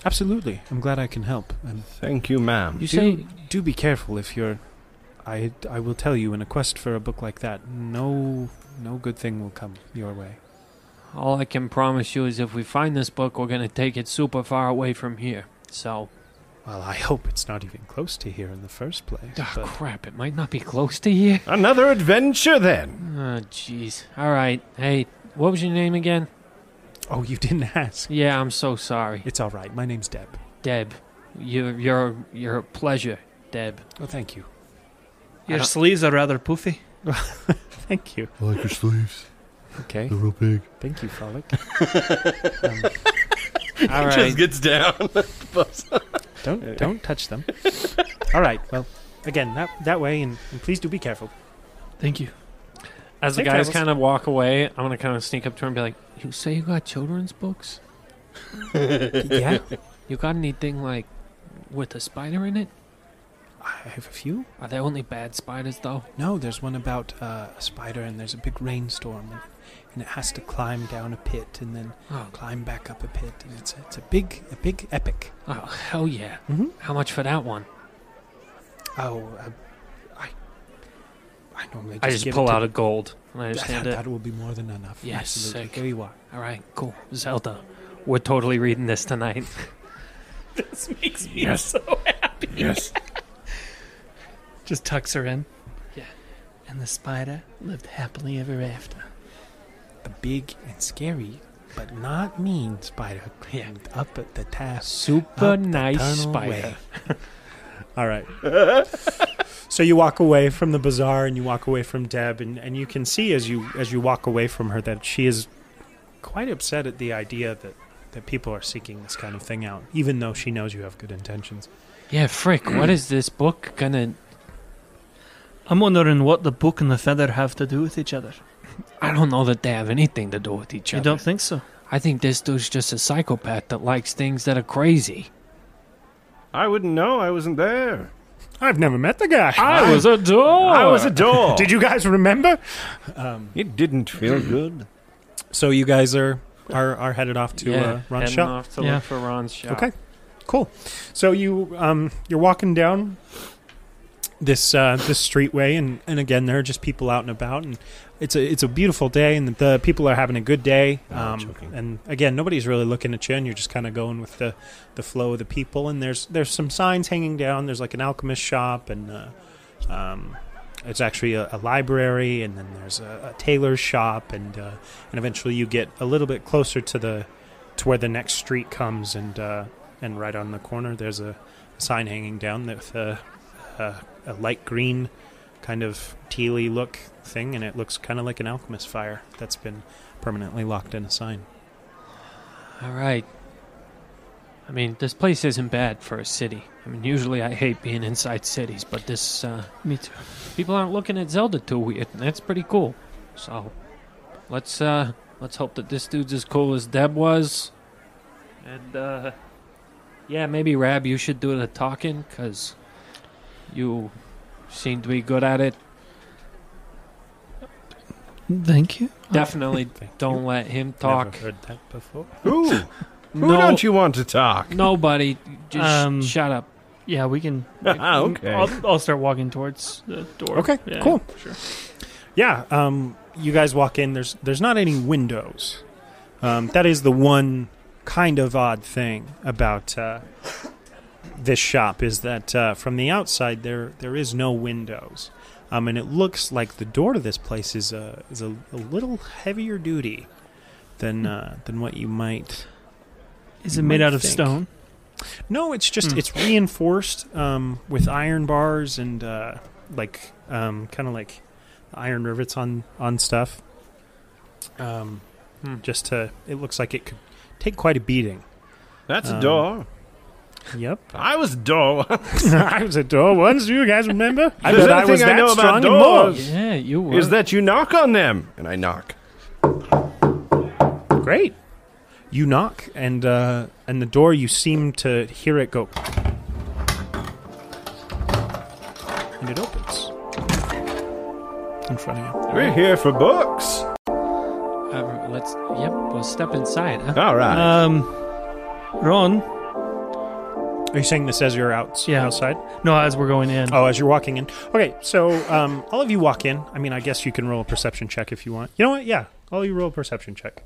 S6: Absolutely. I'm glad I can help. And
S7: Thank you, ma'am.
S2: You
S6: do,
S2: say
S6: do be careful if you're. I I will tell you in a quest for a book like that, no no good thing will come your way.
S2: all I can promise you is if we find this book, we're gonna take it super far away from here. So,
S6: Well, I hope it's not even close to here in the first place.
S2: Ah,
S6: but-
S2: crap, it might not be close to here.
S7: Another adventure then.
S2: Oh, jeez. All right. Hey, what was your name again?
S6: oh, you didn't ask.
S2: Yeah, I'm so sorry,
S6: It's all right. My name's Deb.
S2: Deb. You're you're you're a pleasure, <laughs> Deb.
S6: Oh, thank you.
S3: Your
S2: don't-
S3: sleeves are rather poofy.
S6: Thank you.
S4: I like your sleeves.
S6: Okay.
S4: They're real big.
S6: Thank you,
S11: <laughs>
S6: Frolic. Um,
S2: All right.
S7: gets down.
S6: Don't don't touch them. All right. Well, again, that that way, and, and please do
S11: <laughs>
S6: be careful.
S3: Thank you.
S11: As the
S6: Safe
S11: guys
S6: travels.
S11: kind of walk away, I'm gonna kind of sneak up to her and be like,
S2: You say you got children's books?
S6: yeah,
S2: You got anything like with a spider in it?
S6: I have a few.
S2: Are they only bad spiders though?
S6: No, there's one about uh, a spider, and there's a big rainstorm, and, and it has to climb down a pit, and then
S2: Oh,
S6: climb back up a pit, and it's a, it's a big a big epic.
S2: oh hell yeah.
S6: Mhm.
S2: How much for that one?
S6: Oh, uh, I I normally just
S11: I just
S6: give
S11: pull
S6: it
S11: out
S6: to,
S11: a gold and
S6: <laughs>
S11: I
S6: that,
S11: just hand it.
S6: that will be more than enough.
S2: Yes,
S6: Absolutely.
S2: sick.
S6: There you are.
S2: All right, cool. Zelda.
S11: We're totally reading this
S2: <laughs>
S11: tonight.
S3: <laughs>
S7: yes. Yes.
S3: Just tucks her in.
S2: Yeah.
S3: And the spider lived happily ever after.
S6: The big and scary, but not mean spider climbed up at the task.
S11: Super
S6: Up the
S11: nice
S6: tunnel
S11: spider.
S6: way. <laughs> All right. so you walk away from the bazaar and you walk away from Deb and, and you can see as you as you walk away from her that she is quite upset at the idea that that people are seeking this kind of thing out, even though she knows you have good intentions.
S2: Yeah, frick.
S6: Mm.
S2: what is this book gonna?
S3: I'm wondering what the book and the feather have to do with each other.
S2: I don't know that they have anything to do with each
S3: You
S2: other.
S3: don't think so?
S2: I think this dude's just a psychopath that likes things that are crazy.
S7: I wouldn't know. I wasn't there.
S6: I've never met the guy.
S11: I was a door.
S7: I was a
S6: <laughs>
S7: door.
S6: Did you guys remember?
S7: It didn't feel good.
S6: So you guys are are, are headed off to uh,
S2: Yeah,
S6: Ron's
S11: Heading
S6: shop.
S11: off to
S3: Yeah.
S11: look for Ron's shop.
S6: Okay, cool. So you um, you're walking down this uh, this streetway, and, and again there are just people out and about, and it's a it's a beautiful day, and the people are having a good day.
S7: Oh, I'm
S6: Um,
S7: joking.
S6: and again, nobody's really looking at you, and you're just kind of going with the, the flow of the people. And there's there's some signs hanging down. There's like an alchemist shop, and uh, um, it's actually a, a library, and then there's a, a tailor's shop, and uh, and eventually you get a little bit closer to the to where the next street comes, and uh, and right on the corner there's a sign hanging down with a, a, a light green kind of tealy look thing, and it looks kind of like an alchemist fire that's been permanently locked in a sign.
S2: All right. I mean, this place isn't bad for a city. I mean, usually I hate being inside cities, but this uh,
S3: Me too.
S2: people aren't looking at Zelda too weird, and that's pretty cool. So, let's uh, let's hope that this dude's as cool as Deb was. And uh, yeah, maybe Rab, you should do the talking because you seem to be good at it.
S3: Thank you.
S2: Definitely
S6: Thank you.
S2: don't let him talk.
S6: Never heard that before.
S7: Who? Who
S2: no,
S7: don't you want to talk?
S2: nobody. Just
S3: Um,
S2: shut up.
S3: Yeah, we
S6: <laughs>
S3: can.
S7: Ah, okay.
S3: I'll, I'll start walking towards the door.
S6: Okay,
S3: Yeah,
S6: cool.
S3: Sure.
S6: Yeah, um, you guys walk in. There's there's not any windows. Um, that is the one kind of odd thing about uh, this shop is that uh, from the outside there there is no windows, um, and it looks like the door to this place is a is a, a little heavier duty than uh, than what you might.
S3: Is
S6: You
S3: it made
S6: might
S3: out of
S6: think.
S3: stone?
S6: No, it's just
S3: Hmm.
S6: it's reinforced um, with iron bars and uh, like um, kind of like iron rivets on on stuff. Um,
S11: Hmm.
S6: Just to, it looks like it could take quite a beating.
S7: That's a
S6: Um,
S7: door.
S6: <laughs> Yep.
S7: I was <laughs> dull.
S6: I was a door once. Do you guys remember? I
S7: There's
S6: bet I
S7: anything
S6: was
S7: I
S6: that
S7: know about
S6: strong and
S7: doors.
S6: more.
S2: Yeah, you were.
S7: Is that you knock on them? And I knock.
S6: Great. You knock, and uh, and the door. You seem to hear it go, and it opens in front of you.
S7: We're here for books.
S2: Uh, let's. Yep. We'll step inside. Huh?
S7: All right.
S3: Um, Ron.
S6: Are you saying this as you're out
S3: Yeah.
S6: outside?
S3: No, as we're going in.
S6: Oh, as you're walking in. Okay, so um, all of you walk in. I mean, I guess you can roll a perception check if you want. You know what? Yeah, all you roll a perception check.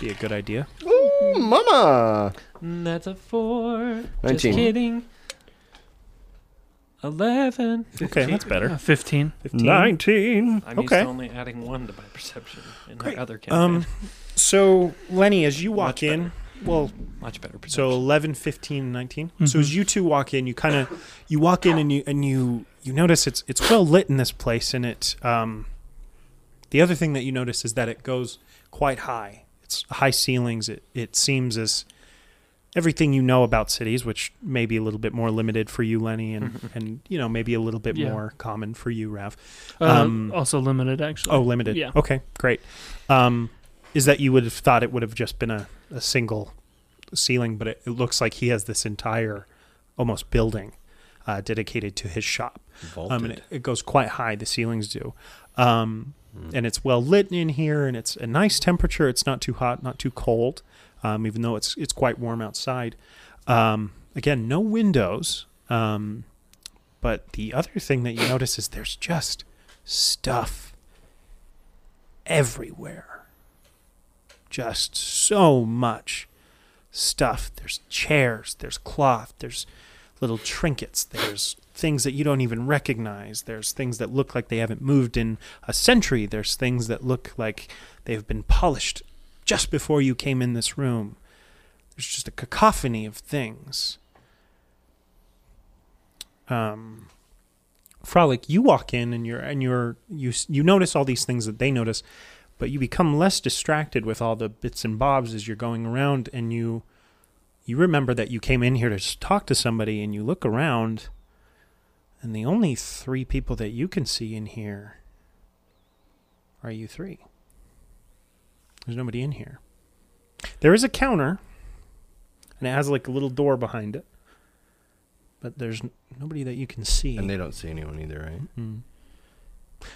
S6: Be a good idea.
S1: Ooh, mama.
S2: Mm, That's a four. Just
S1: 19.
S2: kidding. Eleven.
S6: Okay, that's
S3: Uh,
S6: better.
S3: 15.
S6: 15.
S7: Nineteen.
S2: I'm used
S6: Okay.
S2: to only adding one to my perception in
S6: Great.
S2: my other campaign.
S6: Um, so Lenny, as you walk
S2: Much better.
S6: in, well,
S2: Much better perception.
S6: so 11, 15, 19.
S3: Mm-hmm.
S6: So as you two walk in, you kind of you walk in and you and you you notice it's it's well lit in this place, and it um, the other thing that you notice is that it goes quite high. It's high ceilings. It it seems as everything you know about cities, which may be a little bit more limited for you, Lenny, and and you know maybe a little bit
S3: Mm-hmm. Yeah.
S6: more common for you, Rav.
S3: Uh,
S6: Um,
S3: also limited, actually.
S6: Oh, limited.
S3: Yeah.
S6: Okay, great. Um, is that you would have thought it would have just been a, a single ceiling, but it, it looks like he has this entire almost building uh, dedicated to his shop. Um, and it, it goes quite high, the ceilings do. Um, And it's well lit in here, and it's a nice temperature. It's not too hot, not too cold, um, even though it's it's quite warm outside. Um, again, no windows. Um, but the other thing that you notice is there's just stuff everywhere. Just so much stuff. There's chairs, there's cloth, there's little trinkets, there's things that you don't even recognize, there's things that look like they haven't moved in a century, there's things that look like they've been polished just before you came in this room. There's just a cacophony of things. Um, frolic you walk in and you're and you're you s- you notice all these things that they notice but you become less distracted with all the bits and bobs as you're going around and you you remember that you came in here to s- talk to somebody and you look around and the only three people that you can see in here are you three there's nobody in here there is a counter and it has like a little door behind it but there's n- nobody that you can see
S7: And they don't see anyone either, right?
S6: Mm.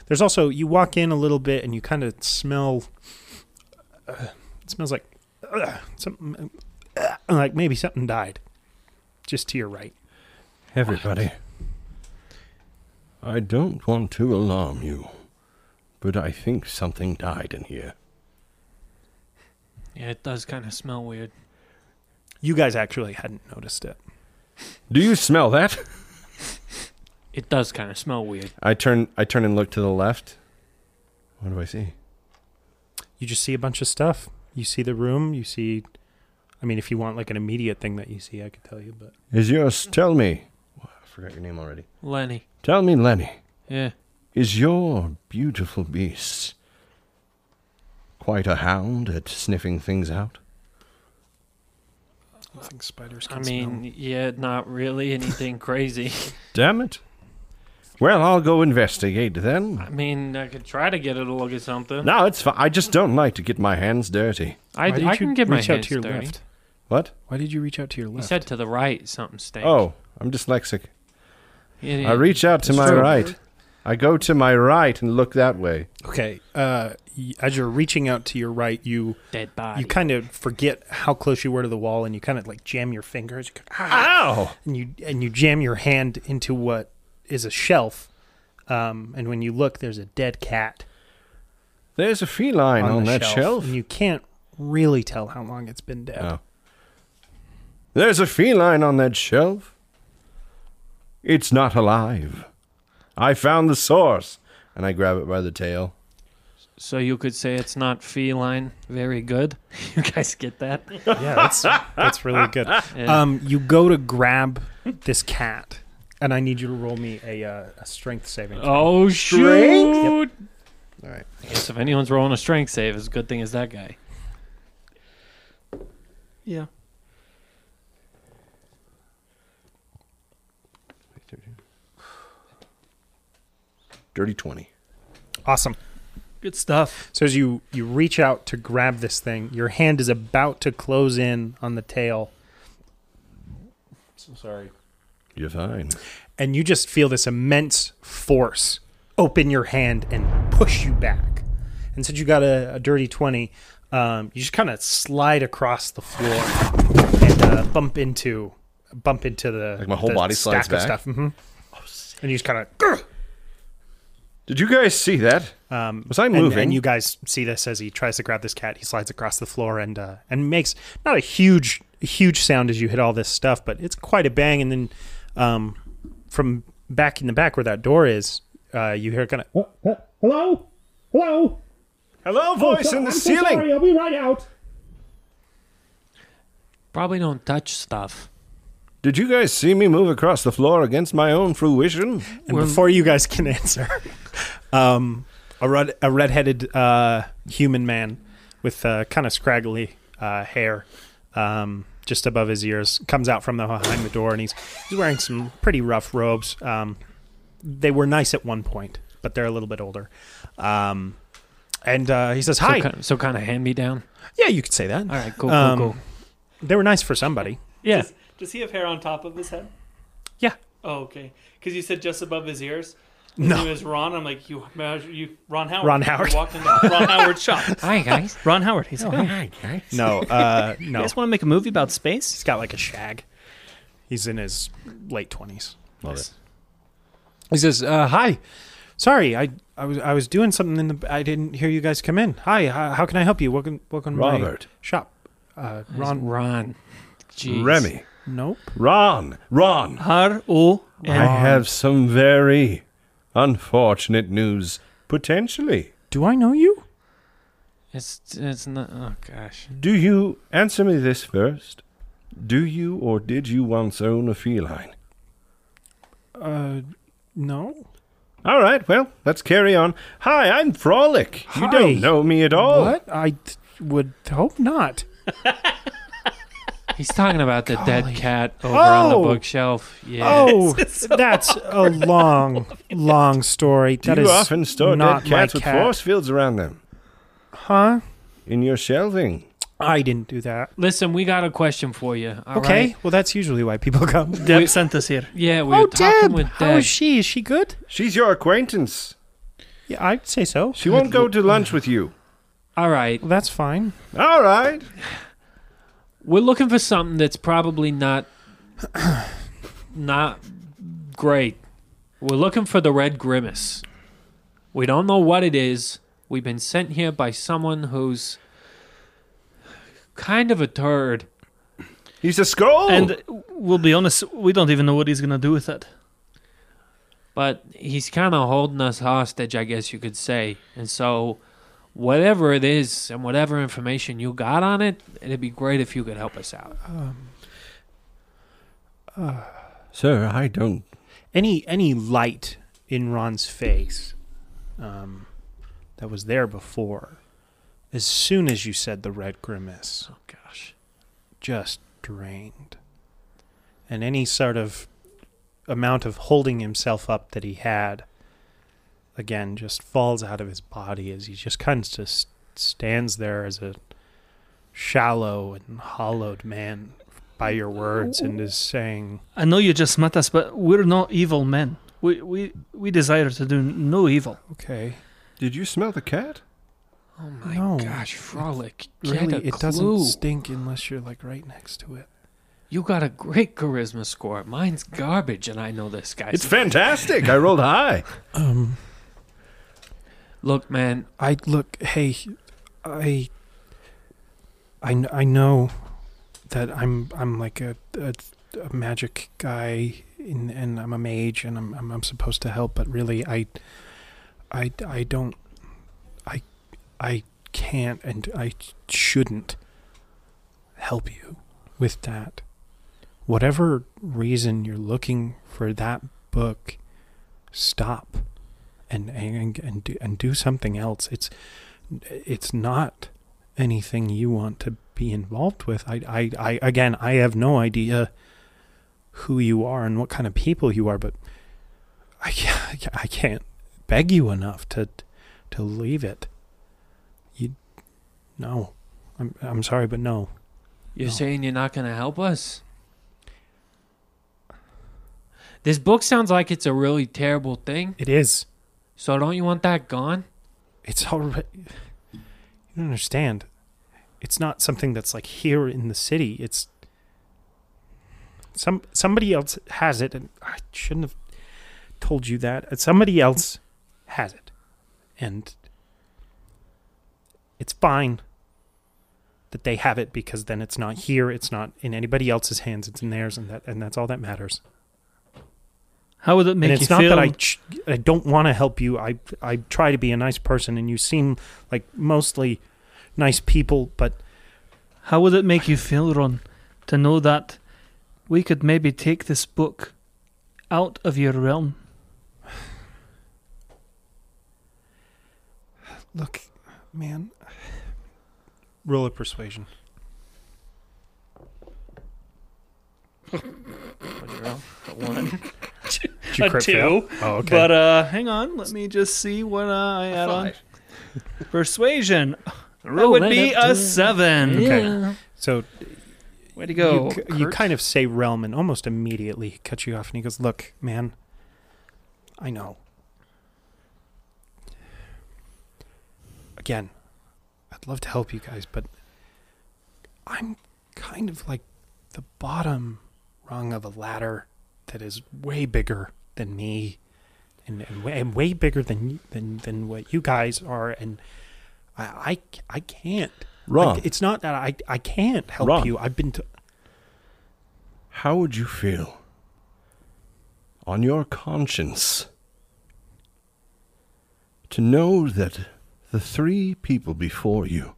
S6: There's also you walk in a little bit and you kind of smell. Uh, it smells like uh, something, uh, like maybe something died, just to your right.
S7: Everybody. I don't want to alarm you, but I think something died in here.
S2: yeah, it does kind of smell weird.
S6: You guys actually hadn't noticed it.
S7: Do you smell that?
S2: It does kind of smell weird.
S7: I turn I turn and look to the left. What do I see?
S6: You just see a bunch of stuff. You see the room. You see. I mean, if you want like an immediate thing that you see, I could tell you, but
S7: Is yours tell me I forgot your name already.
S2: Lenny.
S7: Tell me, Lenny,
S2: Yeah.
S7: is your beautiful beast quite a hound at sniffing things out?
S6: I think spiders.
S2: I mean, yeah, not really anything crazy. <laughs>
S7: Damn it. Well, I'll go investigate then.
S2: I mean, I could try to get it to look at something.
S7: No, it's fine. I just don't like to get my hands dirty.
S2: I,
S6: Why did
S2: I
S6: you
S2: can get my
S6: reach out
S2: hands
S6: to your
S2: dirty.
S6: left?
S7: What?
S6: why did you reach out to your
S2: You
S6: left?
S2: said to the right something stank.
S7: Oh, I'm dyslexic.
S2: Yeah, yeah.
S7: I reach out to
S6: It's
S7: my
S6: true.
S7: right. I go to my right and look that way.
S6: okay. Uh, y- as you're reaching out to your right, you
S2: dead body.
S6: you kind of forget how close you were to the wall and you kind of like jam your fingers you go, "Ah,"
S7: Ow!
S6: and you and you jam your hand into what is a shelf um, and when you look there's a dead cat
S7: There's a feline on,
S6: on, the
S7: that shelf.
S6: and you can't really tell how long it's been dead
S7: Oh. There's a feline on that shelf. It's not alive. I found the source. And I grab it by the tail.
S2: so you could say it's not feline. Very good. <laughs> You guys get
S6: <laughs>
S2: that?
S6: <laughs> yeah that's that's really good
S2: Yeah.
S6: um, you go to grab this cat and I need you to roll me a, uh, a strength saving. throw.
S2: oh shoot!
S1: All right.
S2: I guess if anyone's rolling a strength save, it's a good thing is that guy.
S3: Yeah.
S7: Dirty 20.
S6: Awesome.
S3: Good stuff.
S6: So as you you reach out to grab this thing, your hand is about to close in on the tail,
S7: You're fine.
S6: and you just feel this immense force open your hand and push you back. And since you got a, a dirty twenty, um, you just kind of slide across the floor and uh, bump into bump into the
S7: Like my whole
S6: the
S7: body slides
S6: stack of
S7: back? Oh,
S6: Stuff. hmm and you just kind of
S7: Did you guys see that?
S6: Um,
S7: Was I
S6: and-
S7: moving?
S6: And, you guys see this as he tries to grab this cat. He slides across the floor and uh, and makes not a huge huge sound as you hit all this stuff, but it's quite a bang. And then um, from back in the back where that door is, uh, you hear kind of
S12: Hello? Hello?
S7: Hello, voice
S12: So-
S7: in the
S12: Oh, I'm so
S7: ceiling.
S12: sorry, I'll be right out.
S2: Probably don't touch stuff.
S7: Did you guys see me move across the floor against my own fruition?
S6: and before you guys can <laughs> answer, um, a red a redheaded uh, human man with uh, kind of scraggly uh, hair. Um, just above his ears comes out from the behind the door and he's he's wearing some pretty rough robes um, they were nice at one point, but they're a little bit older. Um, and uh, he says,
S2: So,
S6: "Hi."
S2: ki- so kind of hand me down.
S6: yeah, you could say that.
S2: All right, cool, cool,
S6: Um,
S2: cool.
S6: They were nice for somebody.
S2: Yeah.
S3: Does, does he have hair on top of his head?
S6: Yeah.
S3: Oh, okay. Because you said just above his ears. His
S6: No.
S3: name is Ron. I'm like you. You Ron Howard.
S6: Ron Howard.
S3: You walked into Ron Howard's shop.
S6: <laughs>
S2: Hi guys.
S13: Ron Howard. He's like, "Oh,
S6: No,
S2: <laughs>
S6: uh,
S13: you
S6: no.
S13: guys want to make a movie about space?
S6: He's got like a shag. He's in his late twenties.
S7: Love it.
S6: He says, uh, "Hi, sorry, I, I was I was doing something in the I didn't hear you guys come in. Hi, how, how can I help you? Welcome, welcome to my
S7: Robert.
S6: shop. Uh,
S2: Ron.
S6: Ron,
S2: Ron. Jeez.
S7: Remy.
S6: nope.
S7: Ron. Ron.
S13: R O
S7: I have some very unfortunate news. Potentially.
S6: Do I know you?
S2: It's it's not. Oh gosh.
S7: Do you answer me this first? Do you or did you once own a feline?
S6: Uh, no.
S7: All right, well, let's carry on. Hi, I'm Frolic. You
S6: Hi.
S7: don't know me at all.
S6: What? I th- would hope not.
S2: He's talking about the dead cat over on
S6: Oh!
S2: the bookshelf. Yeah. <laughs>
S6: Oh, that's a long, long story.
S7: Do
S6: That
S7: you
S6: is
S7: often store
S6: not
S7: dead cats
S6: my
S7: with
S6: cat.
S7: force fields around them
S6: Huh?
S7: in your shelving?
S6: I didn't do that.
S2: Listen, we got a question for you. all
S6: okay.
S2: right?
S6: Well, that's usually why people <laughs> come.
S13: Deb sent us here.
S2: Yeah, we
S6: oh,
S2: were talking
S6: Deb.
S2: with
S6: How
S2: Deb.
S6: is she? Is she good?
S7: She's your acquaintance.
S6: Yeah, I'd say so.
S7: She won't go to lunch with you.
S2: All right.
S6: Well, that's fine.
S7: All right.
S2: We're looking for something that's probably not not great. We're looking for the red grimace. We don't know what it is. We've been sent here by someone who's kind of a turd.
S7: He's a
S6: Oh.
S7: skull.
S13: And we'll be honest, we don't even know what he's going to do with it.
S2: but he's kind of holding us hostage, I guess you could say. And so, whatever it is and whatever information you got on it, it'd be great if you could help us out.
S7: Sir, I don't.
S6: Any any light in Ron's face um, that was there before, as soon as you said the red grimace,
S2: Oh gosh,
S6: just drained. And any sort of amount of holding himself up that he had, again, just falls out of his body as he just kind of just stands there as a shallow and hollowed man by your words and is saying,
S13: I know you just met us, but we're not evil men. We we we desire to do no evil.
S6: Okay.
S7: Did you smell the cat?
S2: oh my
S6: No,
S2: gosh, frolic, get
S6: Really,
S2: a
S6: it
S2: clue.
S6: doesn't stink unless you're like right next to it.
S2: you got a great charisma score. Mine's garbage, and I know this guy.
S7: It's fantastic. I rolled high.
S6: Um,
S2: Look, man,
S6: I look, hey, I, I, kn- I know that I'm I'm like a, a, a magic guy and, and I'm a mage and I'm, I'm I'm supposed to help, but really I, I I don't, I, I can't and I shouldn't help you with that. Whatever reason you're looking for that book, stop and and and do, and do something else. It's it's not anything you want to be involved with. I, I I again, I have no idea who you are and what kind of people you are, but I can't, I can't beg you enough to to leave it. You no. I'm I'm sorry, but no.
S2: You're
S6: No.
S2: saying you're not going to help us? This book sounds like it's a really terrible thing.
S6: It is.
S2: So don't you want that gone?
S6: It's already. You don't understand. It's not something that's like here in the city. It's some somebody else has it, and I shouldn't have told you that. Somebody else has it, and it's fine that they have it because then it's not here. It's not in anybody else's hands. It's in theirs, and that and that's all that matters
S3: How would it make
S6: and
S3: you
S6: it's not
S3: feel?
S6: that I ch- I don't want to help you. I I try to be a nice person, and you seem like mostly nice people. But
S3: How would it make you feel, Ron, to know that we could maybe take this book out of your realm?
S6: look, man, roll
S3: <laughs>
S6: of persuasion. Did you crit fail? Oh, okay.
S3: But uh, hang on, let me just see what uh, I add on. Persuasion. That would be a seven.
S6: Okay. so
S3: Way to go.
S6: You, c- you kind of say realm, and almost immediately he cuts you off, and he goes, "Look, man, I know. Again, I'd love to help you guys, but I'm kind of like the bottom rung of a ladder that is way bigger than me, and and way, and way bigger than you- than than what you guys are, and I I, c- I can't."
S7: Wrong.
S6: Like, it's not that I, I can't help
S7: Wrong.
S6: you. I've been to,
S7: How would you feel on your conscience to know that the three people before you,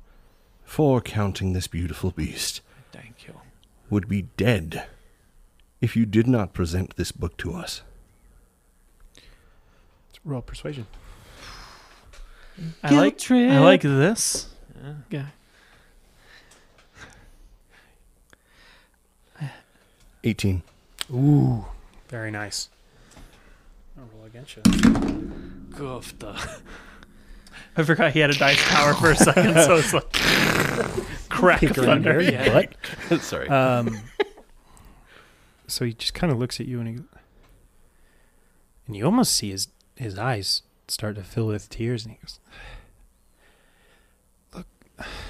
S7: four counting this beautiful beast,
S2: Thank you.
S7: would be dead if you did not present this book to us?
S6: Roll persuasion.
S3: I like I like this. Yeah.
S7: 18.
S6: Ooh, very nice. I'll roll against you.
S3: <laughs> I forgot he had a dice tower for a second, so it's
S6: <laughs>
S3: like crack of thunder.
S6: What?
S7: Sorry.
S6: Um, <laughs> so he just kind of looks at you and he, and you almost see his his eyes start to fill with tears, and he goes, <sighs> "Look,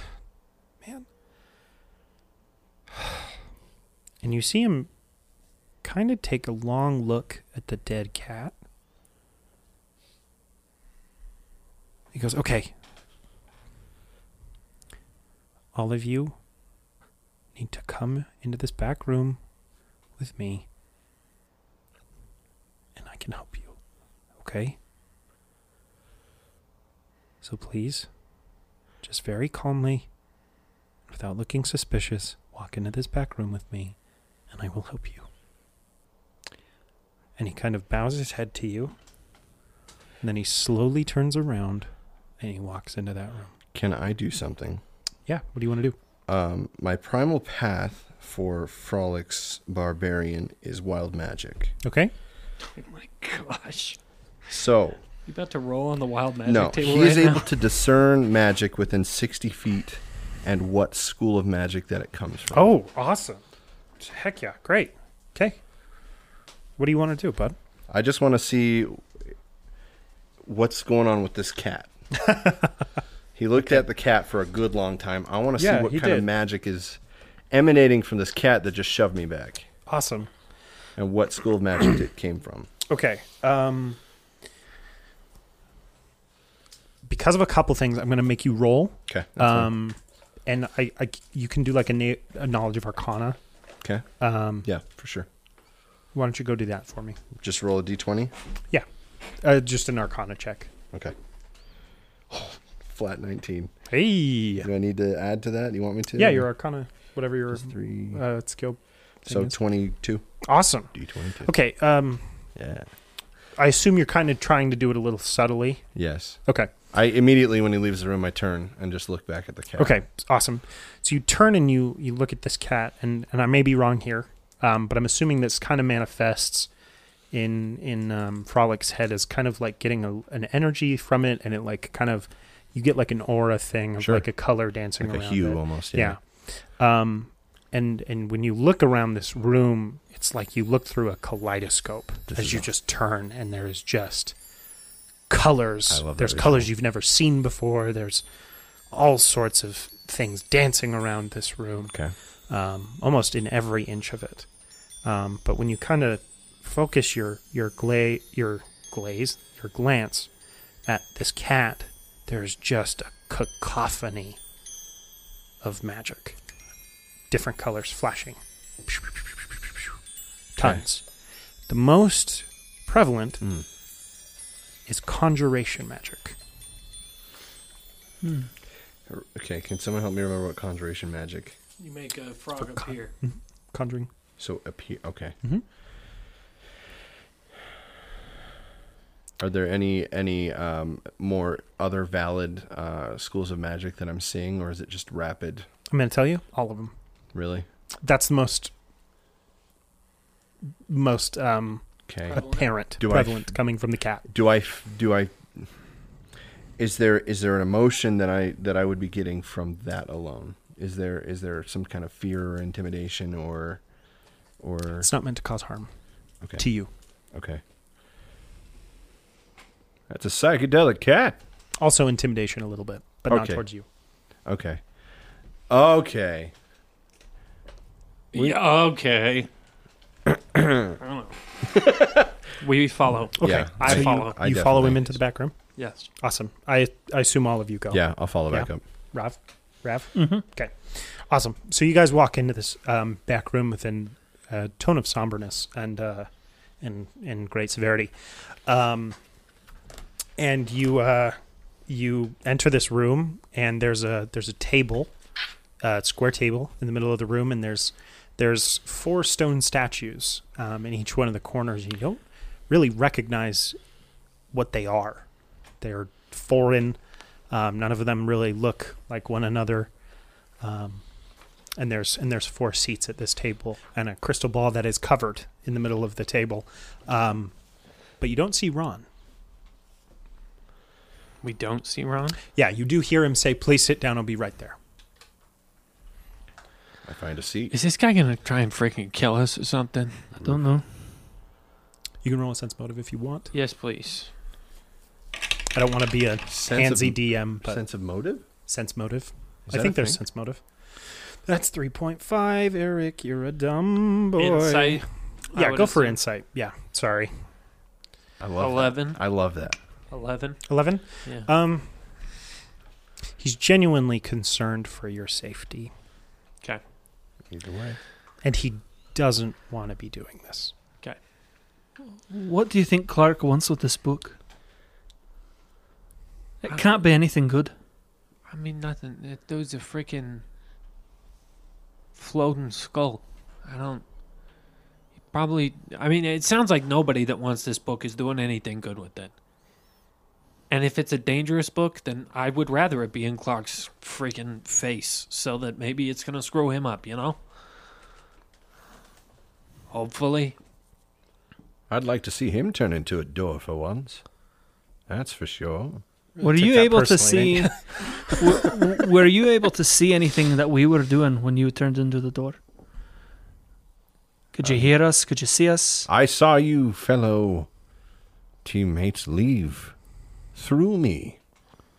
S6: <sighs> man," <sighs> and you see him kind of take a long look at the dead cat. He goes, "Okay." All of you need to come into this back room with me and I can help you. Okay? So please, just very calmly, without looking suspicious, walk into this back room with me and I will help you. And he kind of bows his head to you. And then he slowly turns around and he walks into that room.
S1: Can I do something?
S6: Yeah, what do you want to do?
S1: Um, my primal path for Frolics Barbarian is Wild Magic.
S6: Okay.
S2: Oh Gosh.
S1: So,
S2: You about to roll on the wild magic
S1: no,
S2: table
S1: he
S2: right
S1: is
S2: now?
S1: able to discern magic within 60 feet and what school of magic that it comes from.
S6: Oh, awesome. Heck yeah. Great. Okay. What do you want to do, bud?
S1: I just want to see what's going on with this cat. he looked at the cat for a good long time. I want to
S6: Yeah,
S1: see what
S6: he
S1: kind of
S6: did.
S1: magic is emanating from this cat that just shoved me back
S6: Awesome.
S1: and what school of magic it came from.
S6: Okay. Um because of a couple things, I'm going to make you roll.
S1: Okay.
S6: Um and I, I you can do like a, na- a knowledge of arcana.
S1: okay.
S6: Um
S1: Yeah, for sure.
S6: why don't you go do that for me?
S1: Just roll a d20.
S6: Yeah. Uh, just an arcana check.
S1: Okay. <sighs> Flat 19.
S6: Hey.
S1: Do I need to add to that? You want me to?
S6: Yeah, your arcana whatever your
S1: Plus three.
S6: uh, skill. thing
S1: so
S6: is.
S1: 22.
S6: awesome.
S1: D22.
S6: Okay, um
S1: Yeah.
S6: I assume you're kind of trying to do it a little subtly.
S1: Yes.
S6: Okay.
S1: I immediately, when he leaves the room, I turn and just look back at the cat.
S6: Okay, awesome. So you turn and you you look at this cat, and and I may be wrong here, um, but I'm assuming this kind of manifests in in um, Frolic's head is kind of like getting a, an energy from it, and it like kind of you get like an aura thing of
S7: Sure.
S6: like a color dancing
S7: Like a
S6: around
S7: hue
S6: it.
S7: almost.
S6: Yeah. Um, and and when you look around this room, it's like you look through a kaleidoscope
S7: This
S6: as
S7: is
S6: you
S7: a-
S6: just turn, and there is just colors.
S7: I love that
S6: There's
S7: visual.
S6: colors you've never seen before. There's all sorts of things dancing around this room,
S7: Okay.
S6: um, almost in every inch of it. Um, but when you kind of focus your your gla- your glaze your glance at this cat, there's just a cacophony of magic. Different colors flashing. Tons. The most prevalent
S1: Hmm.
S7: Mm.
S6: is conjuration magic.
S1: Okay, can someone help me remember what conjuration magic?
S2: You make a frog appear.
S6: Conjuring.
S1: So appear. Okay.
S6: Mhm.
S1: Are there any any um, more other valid uh, schools of magic that I'm seeing, or is it just rapid?
S6: I'm going to tell you all of them.
S1: Really?
S6: That's the most most um,
S1: Okay.
S6: apparent
S1: Do I-
S6: prevalent coming from the cat.
S1: Do I f- do I? Is there is there an emotion that I that I would be getting from that alone? Is there is there some kind of fear or intimidation or or
S6: It's not meant to cause harm
S1: okay
S6: to you.
S1: okay
S7: That's a psychedelic cat.
S6: Also intimidation a little bit, but not
S1: Okay.
S6: towards you.
S1: okay okay
S2: Yeah, okay. I don't know. we follow.
S6: Okay.
S1: Yeah,
S2: I
S6: so you-
S2: follow.
S1: I
S6: You, follow him
S1: definitely-
S6: into the back room?
S2: Yes.
S6: Awesome. I, I assume all of you go.
S1: yeah I'll follow back
S6: Yeah.
S1: up
S6: Rav? Rav? Okay. Awesome. So you guys walk into this um, back room with an- a tone of somberness and uh, and and great severity, um, and you uh, you enter this room and there's a there's a table, uh, square table in the middle of the room and there's there's four stone statues um, in each one of the corners. You don't really recognize what they are. They're foreign. Um, none of them really look like one another. Um, and there's and there's four seats at this table and a crystal ball that is covered in the middle of the table. Um, but you don't see Ron.
S11: We don't see Ron.
S6: Yeah, you do hear him say, "Please sit down. I'll be right there."
S1: I find a seat
S2: Is this guy gonna try and freaking kill us or something?
S3: I don't know.
S6: You can roll a sense motive if you want.
S2: Yes, please.
S6: I don't want to be a
S1: sense
S6: handsy
S1: of,
S6: DM, but sense,
S1: sense of motive
S6: motive.
S1: Is
S6: I
S1: that a
S6: think there's
S1: thing?
S6: sense motive. That's three point five, Eric. You're a dumb boy.
S2: Insight. I
S6: Yeah,
S2: would
S6: go for
S2: assume.
S6: insight. Yeah, sorry.
S1: I love
S2: Eleven.
S1: that. I love that
S2: Eleven.
S6: Eleven.
S2: Yeah.
S6: Um, he's genuinely concerned for your safety,
S1: either way
S6: and he doesn't want to be doing this.
S3: What do you think Clark wants with this book? It can't be anything good.
S2: I mean nothing. It- Those are freaking floating skull. I don't. Probably. I mean, it sounds like nobody that wants this book is doing anything good with it. And if it's a dangerous book, then I would rather it be in Clark's freaking face, so that maybe it's gonna screw him up. You know. Hopefully.
S7: I'd like to see him turn into a door for once. That's for sure.
S3: Were
S6: took
S3: you
S6: that
S3: able to
S6: personally,
S3: see? <laughs> were, were you able to see anything that we were doing when you turned into the door?
S6: Uh,
S3: Could you hear us? Could you see us?
S7: I saw you, fellow teammates, leave through me,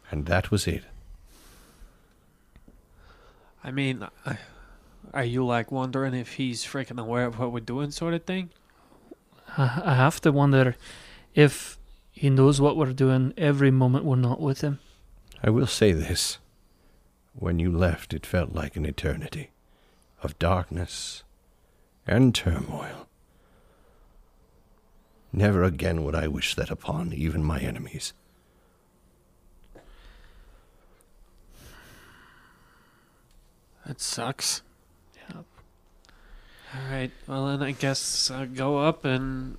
S7: and that was it.
S2: I mean, I- are you like wondering if he's freaking aware of what we're doing, sort of thing?
S3: I, I have to wonder if he knows what we're doing every moment we're not with him.
S7: I will say this. When you left, it felt like an eternity of darkness and turmoil. Never again would I wish that upon even my enemies.
S2: That sucks. All right. Well, then I guess uh, go up and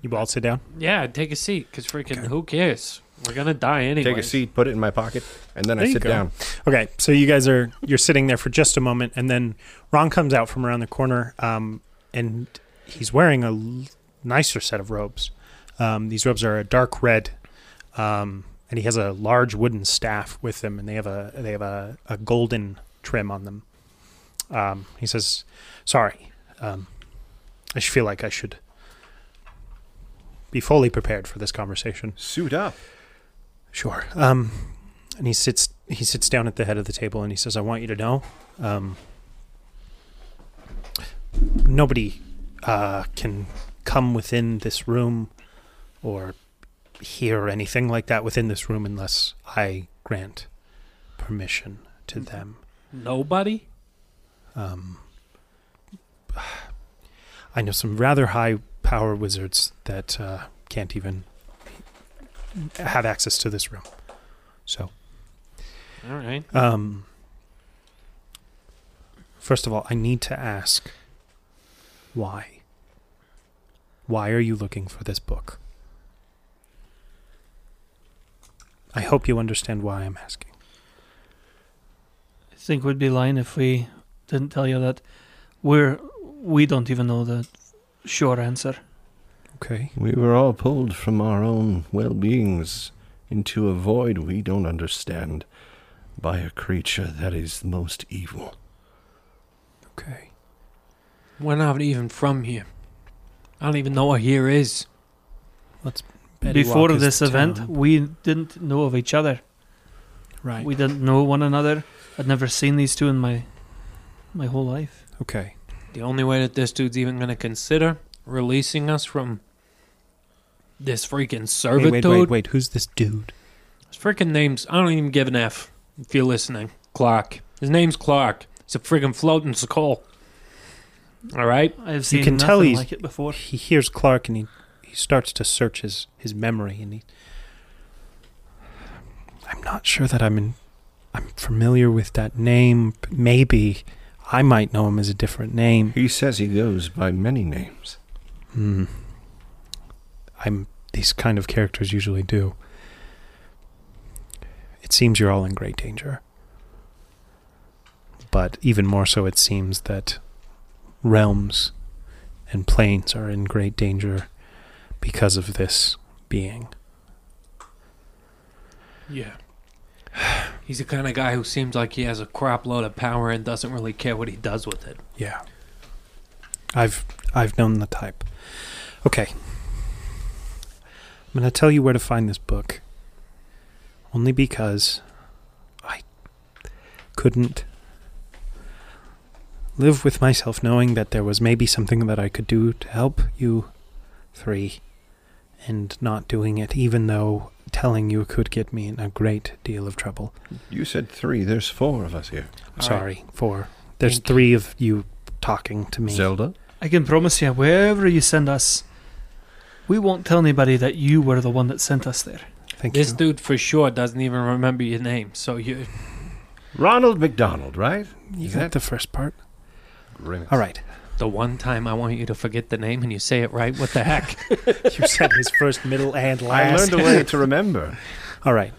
S6: You all sit down.
S2: yeah, take a seat. Cause freaking, who cares? We're gonna die anyway.
S7: Take a seat, put it in my pocket, and then
S6: There
S7: I
S6: you
S7: sit
S6: go.
S7: down.
S6: Okay, so you guys are you're sitting there for just a moment, and then Ron comes out from around the corner, um, and he's wearing a l- nicer set of robes. Um, these robes are a dark red, um, and he has a large wooden staff with him, and they have a they have a, a golden trim on them. Um, he says, "Sorry, um, I sh- feel like I should be fully prepared for this conversation."
S7: Suit up.
S6: Sure. Um, and he sits he sits down at the head of the table and he says, "I want you to know, um, nobody uh, can come within this room or hear anything like that within this room unless I grant permission to
S7: Mm-hmm.
S6: them."
S2: Nobody?
S6: Um, <sighs> I know some rather high power wizards that uh, can't even have access to this room. So,
S2: All right.
S6: um, first of all, I need to ask why? Why are you looking for this book? I hope you understand why I'm asking.
S3: I think we'd be lying if we didn't tell you that we're we don't even know the sure answer.
S6: Okay.
S7: We were all pulled from our own well beings into a void we don't understand by a creature that is the most evil.
S6: Okay.
S2: We're not even from here. I don't even know what here is.
S6: Betty
S3: Before
S6: Walker's
S3: this event,
S6: town.
S3: we didn't know of each other.
S6: Right.
S3: We didn't know one another. I'd never seen these two in my my whole life.
S6: Okay.
S2: The only way that this dude's even going to consider releasing us from this freaking
S6: Hey,
S2: servitude.
S6: wait, wait, wait. Who's this dude?
S2: His freaking name's. I don't even give an F if you're listening. Clark. His name's Clark. He's a freaking floating skull. All right?
S3: I've seen
S6: can
S3: nothing
S6: tell he's-
S3: like it before.
S6: He hears Clark and he, he starts to search his, his memory and he I'm not sure that I'm in I'm familiar with that name. but Maybe I might know him as a different name.
S7: He says he goes by many names.
S6: Hmm. I'm these kind of characters usually do. It seems you're all in great danger. But even more so it seems that realms and planes are in great danger because of this being.
S2: Yeah. <sighs> He's the kind of guy who seems like he has a crop load of power and doesn't really care what he does with it.
S6: Yeah. I've I've known the type. Okay. I'm going to tell you where to find this book. Only because I couldn't live with myself knowing that there was maybe something that I could do to help you three and not doing it even though telling you could get me in a great deal of trouble.
S7: You said three, there's four of us here.
S6: I'm
S2: right.
S6: sorry for there's
S2: Thank you.
S6: 3 of you talking to me.
S7: Zelda?
S3: I can promise you, wherever you send us, we won't tell anybody that you were the one that sent us there.
S6: Thank
S2: This
S6: you.
S2: dude for sure doesn't even remember your name, so you
S7: Ronald McDonald, right?
S6: You
S7: Is
S6: got
S7: that-
S6: the first part?
S7: Grimace.
S6: All right.
S2: the one time I want you to forget the name and you say it right, what the heck?
S6: you said his first, middle, <laughs> and
S7: I
S6: last.
S7: learned a way to remember.
S6: All right.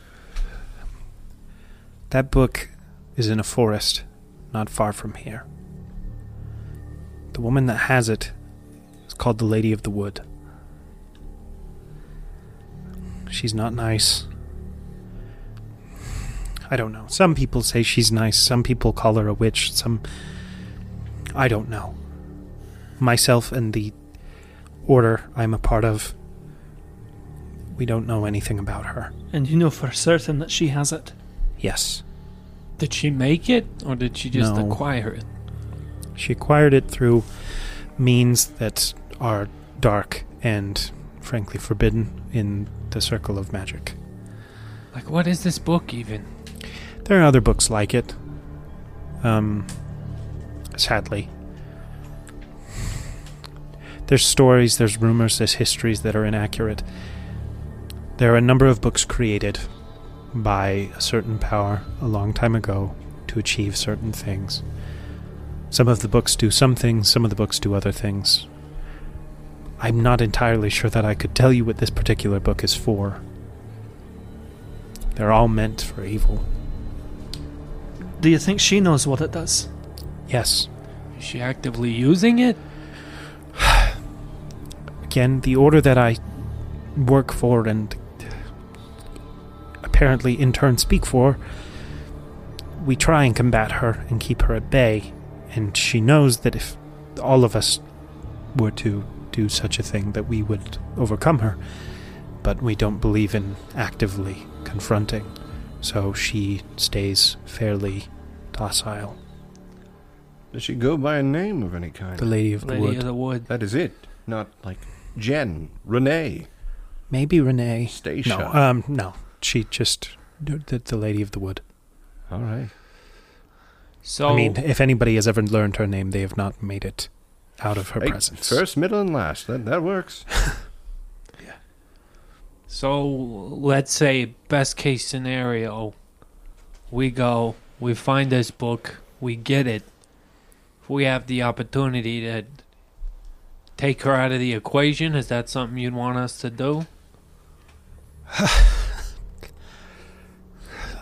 S6: That book is in a forest not far from here. The woman that has it is called the Lady of the Wood. She's not nice. I don't know. Some people say she's nice. Some people call her a witch. Some. I don't know. Myself and the order I'm a part of, we don't know anything about her.
S3: And you know for certain that she has it.
S6: Yes.
S2: <laughs> did she make it or did she just
S6: No.
S2: acquire it?
S6: She acquired it through means that are dark and frankly forbidden in the circle of magic.
S2: Like what is this book even?
S6: There are other books like it. Um sadly. There's stories, there's rumors, there's histories that are inaccurate. There are a number of books created by a certain power a long time ago to achieve certain things. Some of the books do some things, some of the books do other things. I'm not entirely sure that I could tell you what this particular book is for. They're all meant for evil.
S3: Do you think she knows what it does?
S6: Yes,
S2: Is she actively using it?
S6: again? The order that I work for and apparently in turn speak for, we try and combat her and keep her at bay. And she knows that if all of us were to do such a thing, that we would overcome her. But we don't believe in actively confronting. So she stays fairly docile.
S7: Does she go by a name of any kind?
S6: The Lady of the
S2: Lady
S6: Wood.
S2: of the Wood.
S7: that is it. Not like Jen, Renee,
S6: Maybe Renee.
S7: Stacia.
S6: No, um, no. She just the, the Lady of the Wood.
S7: All right.
S2: So
S6: I mean, if anybody has ever learned her name, they have not made it out of her
S7: Hey,
S6: presence.
S7: First, middle, and last. That, that works.
S2: So let's say best case scenario, we go, we find this book, we get it. If we have the opportunity to take her out of the equation, is that something you'd want us to do?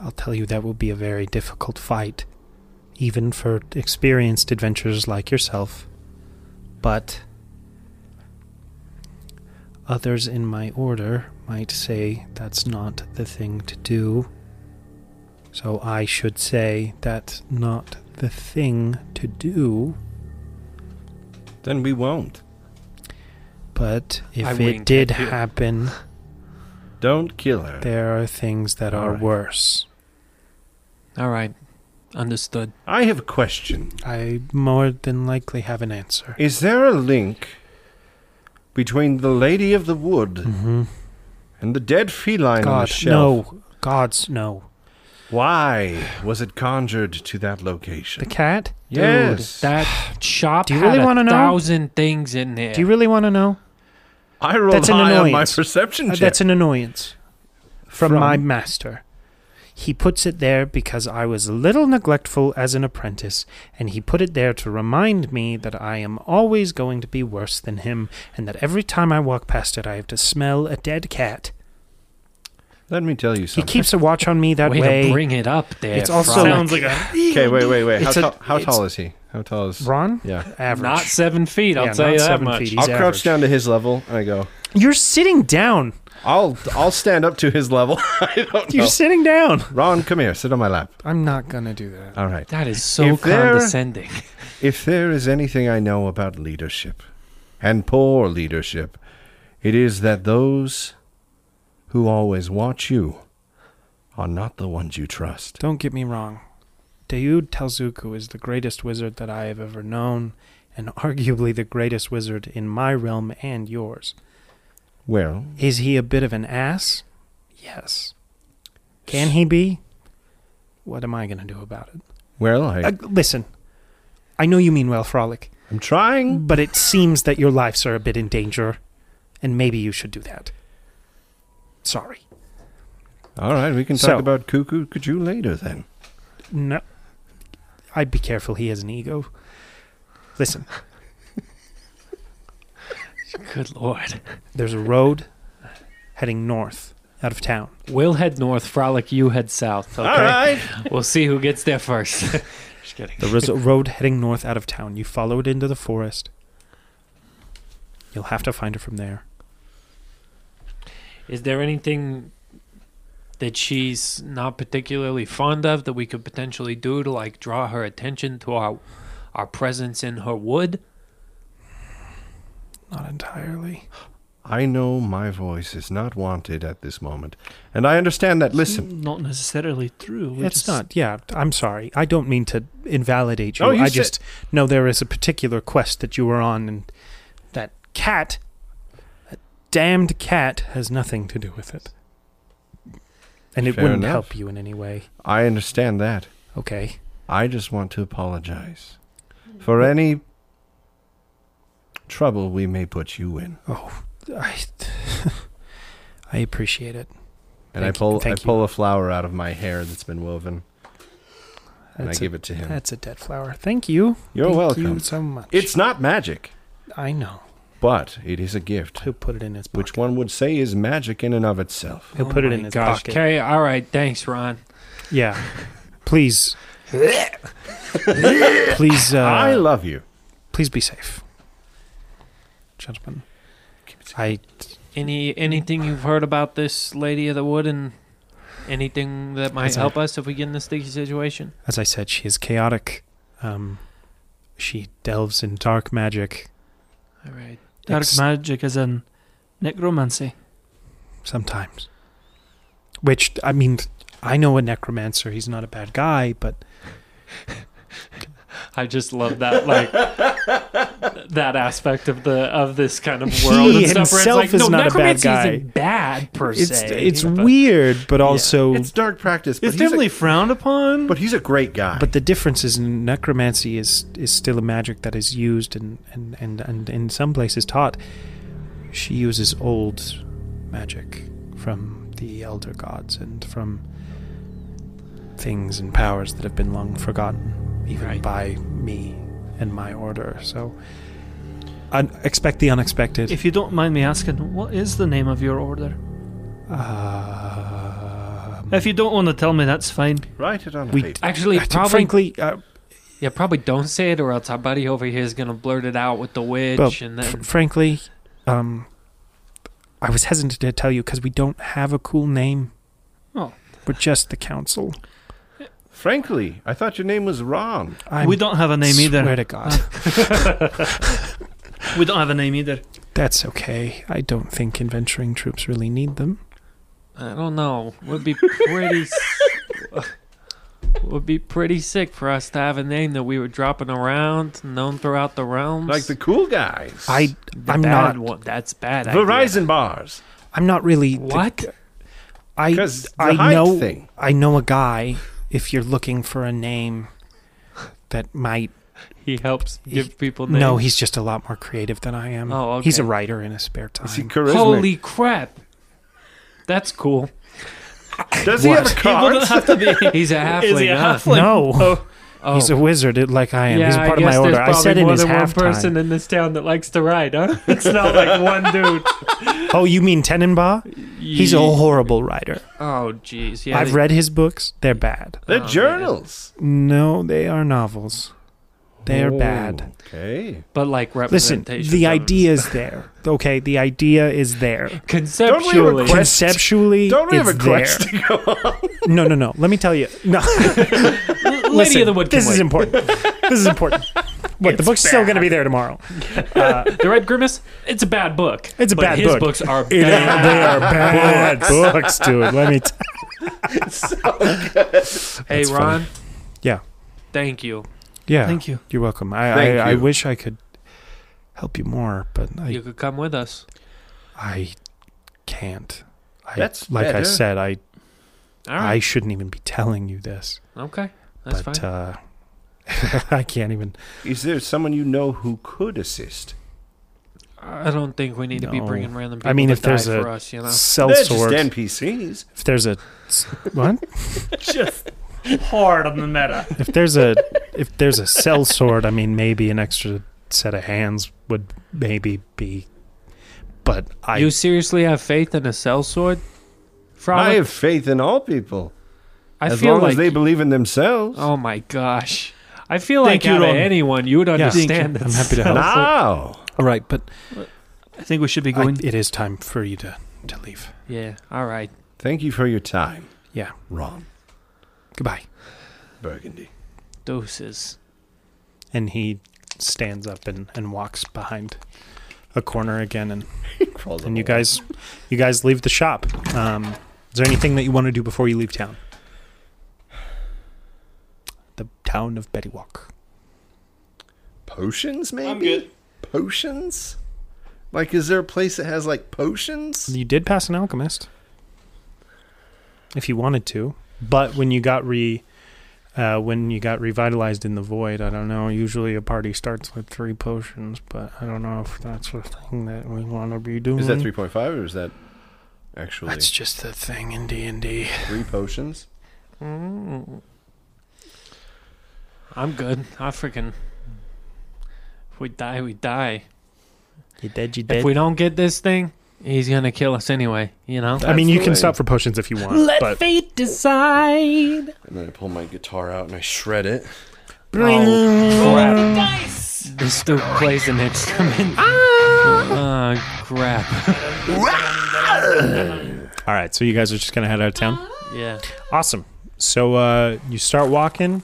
S6: I'll tell you, that will be a very difficult fight, even for experienced adventurers like yourself. But others in my order might say that's not the thing to do. So I should say that's not the thing to do.
S7: then we won't.
S6: But if
S2: I
S6: it
S2: winked
S6: did
S2: at you.
S6: happen,
S7: Don't kill her.
S6: there are things that are
S7: Alright.
S6: worse.
S2: All right, understood.
S7: I have a question.
S6: I more than likely have an answer.
S7: Is there a link between the Lady of the Wood
S6: Mm-hmm.
S7: and the dead feline on the
S6: God,
S7: shelf?
S6: no. Gods, no.
S7: Why was it conjured to that location?
S6: The cat?
S7: yes.
S2: Dude, <sighs> that shop
S6: Do you really
S2: had
S6: wanna
S2: a
S6: know?
S2: thousand things in there.
S6: Do you really want to know?
S7: I rolled
S6: that's an
S7: high on my
S6: annoyance.
S7: perception
S6: Uh,
S7: check.
S6: that's an annoyance from,
S7: From-
S6: my master. He puts it there because I was a little neglectful as an apprentice, and he put it there to remind me that I am always going to be worse than him, and that every time I walk past it, I have to smell a dead cat.
S7: Let me tell you
S6: He
S7: something.
S6: keps a watch on me that
S2: Way,
S6: way.
S2: to bring it up there.
S6: It's also-
S2: Frog.
S6: Sounds
S3: like a
S7: Okay, wait, wait, wait. How,
S6: It's a-
S7: tall, how
S6: it's-
S7: tall is he? How tall
S6: <laughs>
S7: is?
S6: Ron,
S7: Yeah.
S6: average.
S2: not seven feet. I'll
S6: Yeah,
S2: tell
S6: not
S2: you that
S6: seven
S2: much.
S6: feet. He's
S7: I'll
S6: average.
S7: crouch down to his level and I go.
S6: You're sitting down.
S7: I'll I'll stand up to his level. <laughs> I don't
S6: You're
S7: know.
S6: sitting down.
S7: Ron, come here. Sit on my lap.
S6: I'm not gonna do that.
S7: All right.
S2: That is so
S7: If there-
S2: condescending.
S7: If there is anything I know about leadership, and poor leadership, it is that those who always watch you are not the ones you trust.
S6: Don't get me wrong. Dayud Talzuku is the greatest wizard that I have ever known, and <laughs> arguably the greatest wizard in my realm and yours.
S7: Well,
S6: Is he a bit of an ass? Yes. Can he be? What am I going to do about it?
S7: well, I,
S6: Uh, listen, I know you mean well, Frolic,
S7: I'm trying.
S6: but it seems that your lives are a bit in danger, and maybe you should do that. Sorry.
S7: All right, we can talk
S6: So-
S7: about Cuckoo Cuckoo later then.
S6: No. I'd be careful. He has an ego. Listen,
S2: Good lord.
S6: there's a road heading north out of town.
S2: We'll head north. Frolic, you head south. Okay.
S7: All right.
S2: We'll see who gets there first. <laughs> Just kidding.
S6: There is a road heading north out of town. You follow it into the forest. You'll have to find her from there.
S2: Is there anything that she's not particularly fond of that we could potentially do to like draw her attention to our our presence in her wood?
S6: Not entirely.
S7: I know my voice is not wanted at this moment, and I understand that. Listen,
S3: Not necessarily true. We
S6: It's
S3: just-
S6: not. Yeah, I'm sorry. I don't mean to invalidate you.
S7: Oh, you
S6: I
S7: said-
S6: just know there is a particular quest that you were on, and that cat, that damned cat, has nothing to do with it. And it
S7: Fair
S6: wouldn't
S7: enough.
S6: help you in any way.
S7: I understand that.
S6: Okay.
S7: I just want to apologize for any trouble we may put you in.
S6: I, <laughs> I appreciate it. Thank
S7: And I
S6: you-
S7: pull I
S6: thank you.
S7: pull a flower out of my hair that's been woven, and
S6: That's
S7: I give it to
S6: a,
S7: him.
S6: that's a dead flower. Thank you.
S7: You're
S6: Thank
S7: welcome.
S6: you so much.
S7: It's not magic,
S6: I know.
S7: but it is a gift,
S6: He'll put it in his pocket.
S7: which one would say is magic in and of itself.
S6: He'll put it in
S2: my
S6: his
S2: gosh.
S6: pocket.
S2: Okay, all right, thanks, Ron.
S6: Yeah. Please. please. Uh,
S7: I love you.
S6: please be safe, gentlemen. I
S2: Any anything you've heard about this lady of the wood and anything that might
S6: That's all.
S2: help us if we get in a sticky situation?
S6: as I said, she is chaotic. Um, she delves in dark magic.
S2: All right.
S3: Dark
S6: Ex-
S3: magic is in necromancy.
S6: sometimes. Which I mean, I know a necromancer. He's not a bad guy, but
S2: I just love that
S6: <laughs>
S2: like that aspect of the of this kind of world
S6: He
S2: and stuff where it's
S6: himself
S2: like
S6: is
S2: no
S6: not a bad
S2: necromancy
S6: guy.
S2: isn't bad per
S6: it's
S2: se.
S6: it's
S2: but-
S6: weird, but also.
S7: It's dark practice. But
S3: It's
S7: he's
S3: definitely
S7: A,
S3: frowned upon.
S7: but he's a great guy.
S6: but the difference is necromancy is, is still a magic that is used and, and, and, and in some places taught. She uses old magic from the elder gods and from things and powers that have been long forgotten, even
S2: Right.
S6: by me and my order. So un- expect the unexpected.
S3: If you don't mind me asking, what is the name of your order?
S6: Um,
S3: If you don't want to tell me, that's fine.
S7: Write it on a
S6: We-
S7: paper.
S2: Actually,
S6: I think
S2: probably
S6: frankly, uh,
S2: yeah, probably don't say it, or else our buddy over here is gonna blurt it out with the witch,
S6: Well,
S2: and
S6: Fr-
S2: then
S6: frankly, um, I was hesitant to tell you because we don't have a cool name.
S3: Oh.
S6: We're just the council.
S7: Frankly, I thought your name was Ron.
S6: I
S3: we don't have a name
S6: swear
S3: either.
S6: to God,
S3: <laughs> We don't have a name either.
S6: that's okay. I don't think adventuring troops really need them.
S2: I don't know. Would
S7: <laughs>
S2: be pretty. s- would be pretty sick for us to have a name that we were dropping around, known throughout the realms.
S7: Like the cool guys.
S6: I
S2: The
S6: I'm
S2: bad
S6: not
S2: One. That's bad. idea.
S7: Verizon bars.
S6: I'm not really the-
S2: What?
S6: I
S7: Because the
S6: I
S7: height
S6: know
S7: thing.
S6: I know a guy. If you're looking for a name that might
S2: He helps
S6: He-
S2: give people names.
S6: no, he's just a lot more creative than I am.
S2: Oh,
S6: He's a
S2: okay.
S6: writer in his spare time.
S7: Is he charismatic?
S2: Holy crap! That's cool.
S7: Does he have a
S6: What?
S7: card?
S2: have to be.
S6: <laughs>
S2: He's a halfling.
S3: Is he a
S2: huh?
S3: halfling?
S6: no.
S2: Oh.
S6: He's a wizard it- like I am. He's a
S2: I
S6: part of my
S2: guess
S6: order.
S2: there's
S6: I said
S2: probably
S6: in
S2: more
S6: his
S2: than
S6: half
S2: one person
S6: time.
S2: in this town that likes to ride, huh? It's not like one dude.
S6: Oh, you mean Tenenbaugh? <laughs> He's a horrible writer.
S2: Oh, jeez. Yeah.
S6: I've
S2: they-
S6: read his books. They're bad.
S7: They're
S2: Oh,
S7: journals.
S6: No, they are novels. They're bad.
S7: Okay.
S2: but like
S6: Listen,
S2: representation.
S6: the idea is there. Okay, the idea is there.
S2: conceptually.
S7: Quest-
S6: Conceptually,
S7: Don't we have
S6: it's
S7: a quest
S6: there. No, no, no. Let me tell you.
S2: <laughs>
S6: No,
S2: Lady
S6: listen.
S2: of the Wood.
S6: this
S2: can
S6: is
S2: wait.
S6: important. This is important. Look, the book's still going to be
S2: <laughs>
S6: there tomorrow.
S2: <laughs> the Red Grimace. It's a bad book.
S6: It's a
S2: but
S6: bad
S2: his
S6: book.
S2: books are
S6: <laughs> It-
S2: bad.
S6: Uh, they are bad books, dude. Let me. T-
S2: hey,
S6: That's
S2: Ron.
S6: Yeah.
S2: Thank you.
S6: yeah.
S3: Thank you.
S6: You're welcome. I,
S7: Thank
S6: I, I
S7: you.
S6: wish I could help you more, but I
S2: You could come with us.
S6: I can't. I,
S7: That's
S6: like I
S7: better.
S6: said. I
S2: All
S6: I
S2: right.
S6: shouldn't even be telling you this,
S2: okay. That's
S6: but
S2: fine.
S6: uh, <laughs> I can't even.
S7: Is there someone you know who could assist?
S2: I don't think we need to be
S6: uh, no.
S2: bringing random people
S6: I mean,
S2: to
S6: if there's
S2: die
S6: a-
S2: for us, you know.
S6: Cell
S7: They're
S6: sword.
S7: just NPCs.
S6: if there's a what?
S3: Just hard on the meta.
S6: If there's a if there's a cell sword, I mean, maybe an extra set of hands would maybe be. But I
S2: you seriously have faith in a cell sword?
S7: I
S2: Frolic?
S7: have faith in all people.
S2: I
S7: as
S2: feel
S7: long
S2: like
S7: as they believe in themselves.
S2: Oh my gosh. I feel
S3: Thank
S2: like
S3: you,
S2: out of
S3: Ron.
S2: anyone you would understand
S6: I'm
S2: this.
S6: happy to help.
S7: now.
S6: All right, but
S3: I think we should be
S6: I,
S3: going.
S6: it is time for you to to leave.
S2: Yeah. All right.
S7: Thank you for your time,
S6: Yeah.
S7: Ron
S6: Goodbye.
S7: Burgundy.
S2: Doses.
S6: And he stands up and, and walks behind a corner again and
S7: Crawls
S6: and
S7: up
S6: you
S7: a
S6: guys you guys leave the shop um, is there anything that you want to do before you leave town the town of Bettywalk.
S7: wall. potions, maybe. I'm good. Potions. Like, is there a place that has like potions?
S6: you did pass an alchemist if you wanted to but when you got re uh, when you got revitalized in the void i don't know usually a party starts with three potions but i don't know if that's the thing that we want to be doing
S7: Is that three point five or is that actually
S6: that's just the thing in d&d
S7: three potions?
S2: Mm. I'm good. I freaking. If we die, we die.
S6: you dead you
S2: If we don't get this thing, he's gonna kill us anyway. You know.
S6: i mean
S7: That's
S6: you
S7: the
S6: can
S7: way.
S6: stop for potions if you want but
S2: fate decide.
S7: And then I pull my guitar out and I shred it.
S2: Oh, crap.
S14: Yes.
S2: This dude plays an instrument. Ah, crap.
S6: All right, so you guys are just gonna head out of town.
S2: Yeah.
S6: Awesome. So uh, you start walking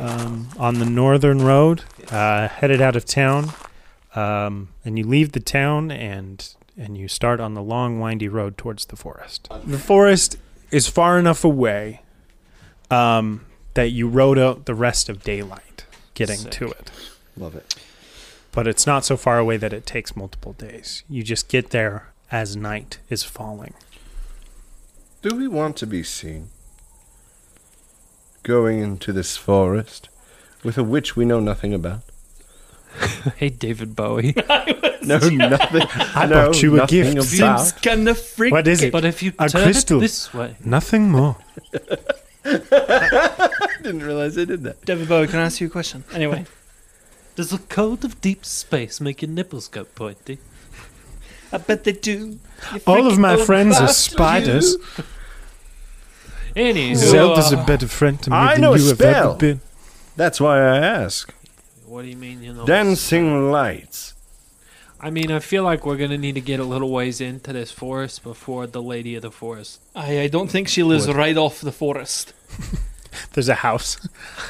S6: um, on the northern road, uh, headed out of town, um, and you leave the town and and you start on the long windy road towards the forest. The forest is far enough away um, that you rode out the rest of daylight getting to it
S1: Love it.
S6: but it's not so far away that it takes multiple days. You just get there as night is falling.
S7: Do we want to be seen? Going into this forest with a witch we know nothing
S6: <laughs>
S7: about?
S2: <laughs> Hey, David Bowie.
S7: No, nothing.
S6: I
S7: no,
S6: brought you a
S7: nothing
S6: gift.
S7: about-
S13: kind of freak.
S6: What is it?
S2: But if you
S6: A
S2: turn
S6: crystal.
S2: it this way,
S6: Nothing more.
S1: Didn't realize I did that.
S13: David Bowie, can I ask you a question? Anyway,
S2: does the cold of deep space make your nipples go pointy?
S13: I bet they do.
S6: All of my friends are spiders.
S2: Anywho,
S6: Zelda's
S2: uh,
S6: a better friend to me
S7: I
S6: than
S7: know a
S6: you have ever
S7: spell.
S6: been.
S7: That's why I ask.
S2: what do you mean? You know,
S7: Dancing lights.
S2: I mean, I feel like we're gonna need to get a little ways into this forest before the lady of the forest.
S13: I, I don't think she lives right off the forest.
S6: There's a house.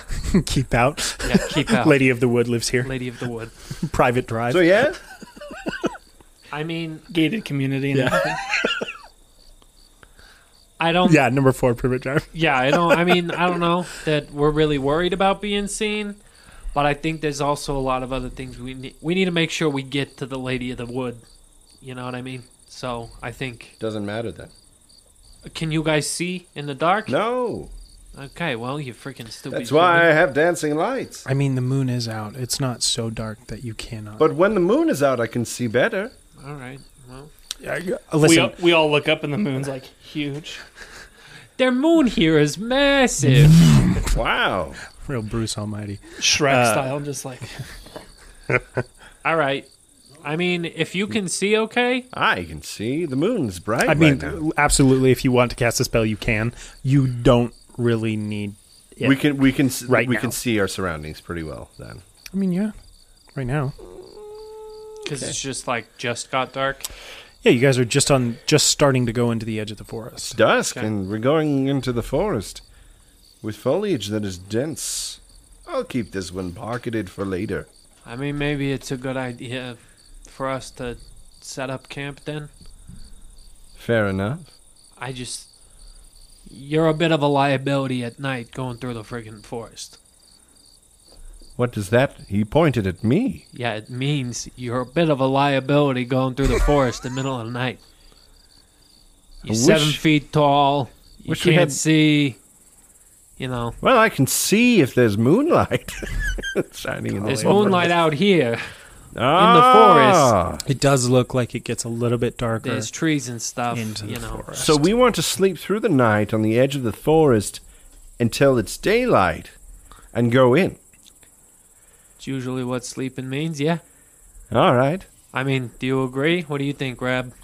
S6: <laughs> Keep out.
S7: <laughs>
S2: Yeah, keep out,
S6: Lady of the Wood lives
S15: <laughs>
S6: here.
S2: Lady of the wood.
S6: Private drive.
S7: So yeah,
S2: I mean,
S13: Gated community. And everything.
S2: I don't.
S6: yeah, number four, private drive.
S2: Yeah, I don't. I mean, I don't know that we're really worried about being seen, but I think there's also a lot of other things we need. We need to make sure we get to the Lady of the Wood. You know what I mean? So I think.
S7: doesn't matter then.
S2: Can you guys see in the dark?
S7: No,
S2: Okay. Well, you freaking stupid.
S7: that's why I
S2: human.
S7: have dancing lights.
S15: I mean, the moon is out. It's not so dark that you cannot.
S7: But when the moon is out, I can see better.
S2: All right. Well,
S13: we,
S6: Listen,
S13: all, we all look up and the moon's like huge.
S2: their moon here is massive.
S7: <laughs> Wow.
S15: Real Bruce Almighty.
S13: Shrek style, just like.
S2: All right. I mean, if you can see, okay.
S7: I can see the moon's bright.
S6: I mean,
S7: right now.
S6: absolutely. If you want to cast a spell, you can. You don't really need. yeah.
S7: we can we can s-
S6: Right
S7: we
S6: now.
S7: can see our surroundings pretty well then.
S6: I mean, yeah. Right now.
S2: Because it's just like just got dark.
S6: Yeah, you guys are just on, just starting to go into the edge of the forest.
S7: Dusk,
S2: Okay.
S7: and we're going into the forest with foliage that is dense. I'll keep this one pocketed for later.
S2: I mean, maybe it's a good idea for us to set up camp then.
S7: Fair enough.
S2: I just. You're a bit of a liability at night going through the friggin' forest.
S7: What does that? He pointed at me.
S2: Yeah, it means you're a bit of a liability going through the forest in the middle of the night. You're
S7: wish-
S2: seven feet tall. You
S7: wish we
S2: can't
S7: had-
S2: see. You know,
S7: Well, I can see if there's moonlight <laughs> shining in
S2: there's
S7: the forest.
S2: moonlight out here.
S7: Ah.
S6: It does look like it gets a little bit darker.
S2: There's trees and stuff.
S6: Into the
S2: you know,
S6: forest.
S7: So we want to sleep through the night on the edge of the forest until it's daylight and go in.
S2: it's usually what sleeping means. Yeah.
S7: All right.
S2: I mean, do you agree? What do you think, Rab?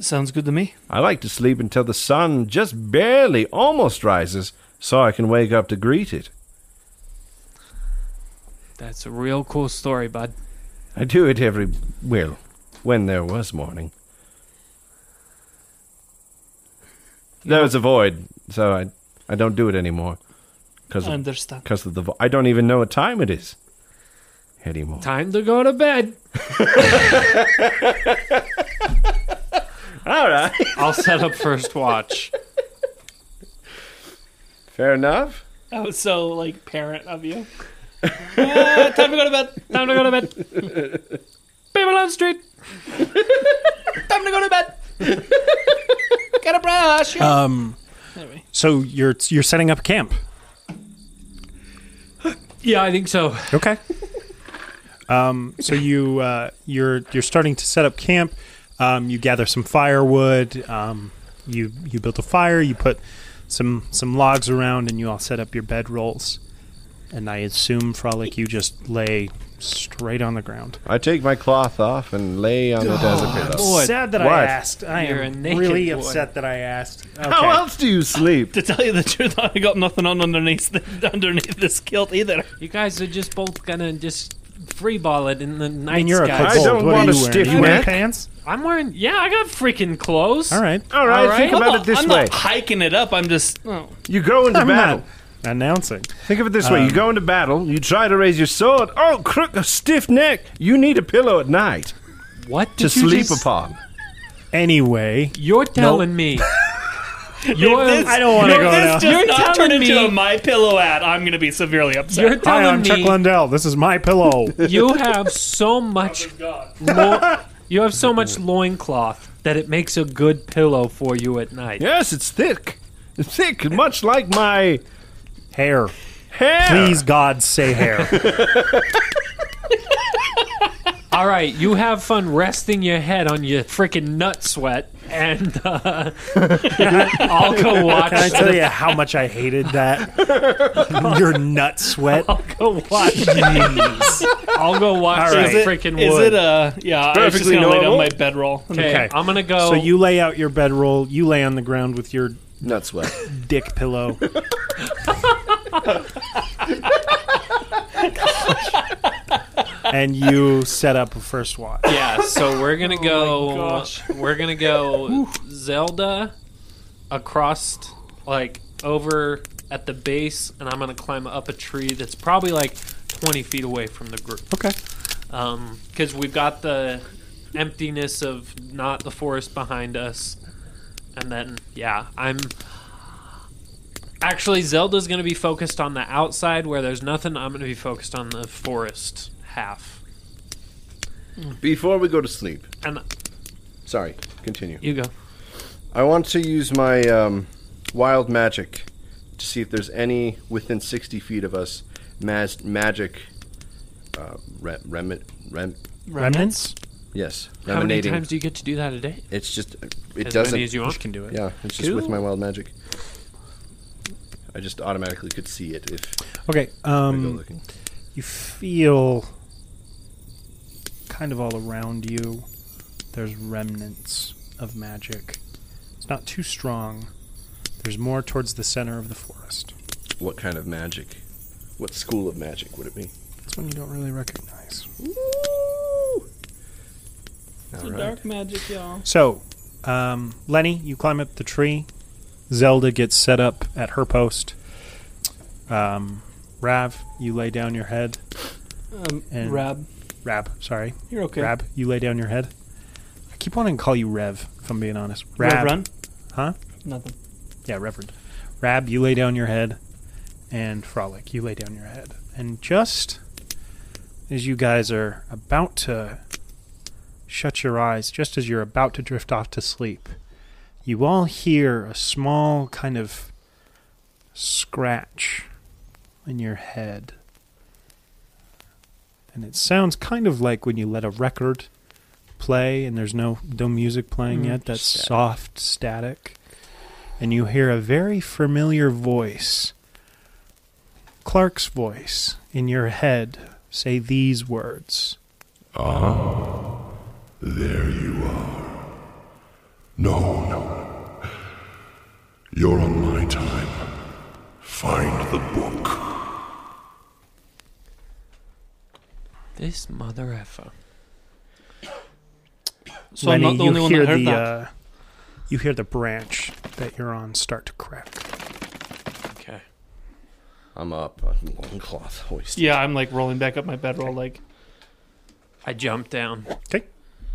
S13: Sounds good to me.
S7: I like to sleep until the sun just barely almost rises so I can wake up to greet it.
S2: That's a real cool story, bud.
S7: I do it every well, when there was morning. There was a void, so I I don't do it anymore because
S13: I
S3: uh,
S13: understand.
S7: because of the vo- I don't even know what time it is anymore.
S2: Time to go to bed.
S7: <laughs> All right,
S2: I'll set up first watch.
S7: fair enough.
S13: That was so like parent of you. Ah, time to go to bed.
S2: Time to go to bed. People on the street.
S13: Time to go to bed. Gotta brush.
S6: Um, so you're you're setting up camp.
S2: Yeah, I think so.
S6: Okay. um, so you uh, you're you're starting to set up camp. Um, you gather some firewood. Um, you you built a fire. You put some some logs around, and you all set up your bed rolls. And I assume frolic, you just lay straight on the ground.
S7: I take my cloth off and lay on the desert pillow.
S2: Boy,
S6: Sad that I
S7: what?
S6: asked. I
S2: You're a
S6: am
S2: naked
S6: really
S2: boy.
S6: upset that I asked. Okay.
S7: How else do you sleep?
S13: To tell you the truth, I got nothing on underneath the, underneath this kilt either.
S2: You guys are just both gonna just free ball it in the night
S6: mean, you're a
S2: sky.
S6: kobold.
S7: I don't
S6: what
S7: want
S6: are
S7: a
S6: you wearing?
S7: stiff
S6: You wearing
S7: neck.
S6: pants?
S2: I'm wearing. Yeah, I got freaking clothes.
S6: All right.
S7: All right, think
S13: I'm
S7: about
S13: not-
S7: it this
S13: I'm
S7: way.
S13: not hiking it up. I'm just oh.
S7: You go into
S6: I'm
S7: battle.
S6: not announcing.
S7: Think of it this way: you go into battle, you try to raise your sword. Oh, crook, a stiff neck. You need a pillow at night
S2: What
S7: to
S2: did you
S7: sleep
S2: just-
S7: upon.
S6: Anyway,
S2: You're telling
S6: <laughs>
S2: me. You're,
S6: I don't want to go now.
S2: You're telling me.
S13: my pillow ad. I'm gonna be severely upset.
S2: You're
S6: Hi,
S2: telling
S6: I'm Chuck
S2: me
S6: Lundell. This is my pillow.
S2: you have so much. Lo- you have so much loincloth that it makes a good pillow for you at night.
S7: Yes, it's thick, it's thick, much like my
S6: hair.
S7: hair.
S6: Please, God, say hair.
S2: All right, you have fun resting your head on your freaking nut sweat, and uh, <laughs> I'll go watch.
S6: Can I tell you how much I hated that? Your nut sweat.
S2: I'll go watch. I'll go watch
S6: All
S2: the
S6: right. Is
S2: freaking wood.
S13: Is it a yeah? I was just
S7: perfectly
S13: gonna lay down
S7: normal.
S13: my bedroll.
S2: okay,
S6: okay.
S2: I'm gonna go.
S6: So you lay out your bedroll. You lay on the ground with your
S1: Nut sweat. <laughs>
S6: dick pillow. and you set up a first watch.
S2: yeah. So we're gonna go. We're gonna go Zelda across, like over at the base, and I'm gonna climb up a tree that's probably like 20 feet away from the group.
S6: Okay.
S2: because we've got the emptiness of not the forest behind us, and then yeah, I'm actually Zelda's gonna be focused on the outside where there's nothing. I'm gonna be focused on the forest half,
S1: Before we go to sleep.
S2: and
S1: Sorry, continue.
S2: you go.
S1: I want to use my um, wild magic to see if there's any within 60 feet of us mas- magic uh, re- rem- rem-
S6: Remnants?
S1: yes
S2: How many
S1: reminating.
S2: times do you get to do that a day?
S1: It's just it
S2: As
S1: doesn't
S2: many as you want.
S15: can do it.
S1: yeah it's just with my wild magic. I just automatically could see it if
S6: Okay.
S1: I go
S6: Um,
S1: looking.
S6: you feel kind of all around you there's remnants of magic. It's not too strong. There's more towards the center of the forest.
S1: What kind of magic? What school of magic would it be?
S6: That's one you don't really recognize.
S1: All right.
S13: Dark magic, y'all.
S6: So, um, Lenny, you climb up the tree. Zelda gets set up at her post. Um, Rav, you lay down your head.
S13: Um,
S6: And-
S13: Rab,
S6: Rab, sorry.
S13: you're okay.
S6: Rab, you lay down your head. I keep wanting to call you Rev, if I'm being honest.
S13: Rab,
S6: Rab.
S13: run.
S6: Huh?
S13: Nothing.
S6: Yeah, Reverend. Rab, you lay down your head. And Frolic, you lay down your head. And just as you guys are about to shut your eyes, just as you're about to drift off to sleep, you all hear a small kind of scratch in your head. And it sounds kind of like when you let a record play and there's no no music playing yet, that's soft static. And you hear a very familiar voice. Clark's voice in your head say these words.
S4: Ah, There you are. No, no. You're on my time. Find the book.
S2: This mother effer.
S13: So I'm not the
S6: you
S13: only one
S6: hear
S13: that heard
S6: the,
S13: that.
S6: Uh, you hear the branch that you're on start to crack.
S2: Okay.
S1: I'm up. <laughs> I'm one cloth hoist.
S13: yeah, I'm like rolling back up my bedroll, like
S2: I jump down.
S6: 'Kay.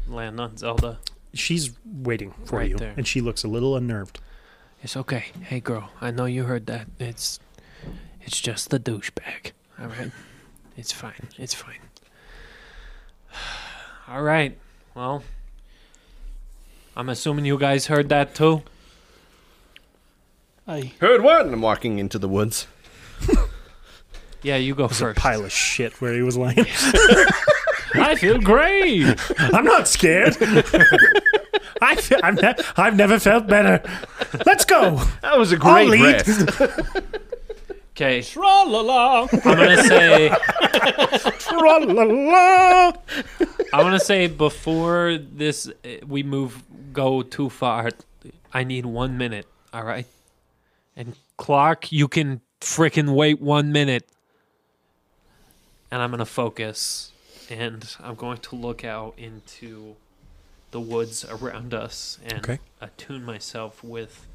S2: Land on Zelda.
S6: She's waiting for
S2: Right
S6: you,
S2: there.
S6: and she looks a little unnerved.
S2: It's okay. Hey, girl. I know you heard that. It's, it's just the douchebag. All right. It's fine. It's fine. <sighs> All right. Well, I'm assuming you guys heard that too.
S13: I
S1: Heard what? And I'm walking into the woods. <laughs>
S2: Yeah, you go
S6: There's
S2: first.
S6: a pile of shit where he was lying. <laughs>
S2: I feel great.
S6: I'm not scared. <laughs> I feel, I'm ne- I've never felt better. Let's go.
S7: That was a
S6: I'll
S7: great
S6: lead.
S7: rest.
S2: Okay.
S13: tra la la.
S2: I'm gonna say.
S6: Tra-la-la.
S2: I want to say before this, eh, we move go too far. I need one minute. All right. And Clark, you can freaking wait one minute. And I'm gonna focus and I'm going to look out into the woods around us and
S6: Okay.
S2: attune myself with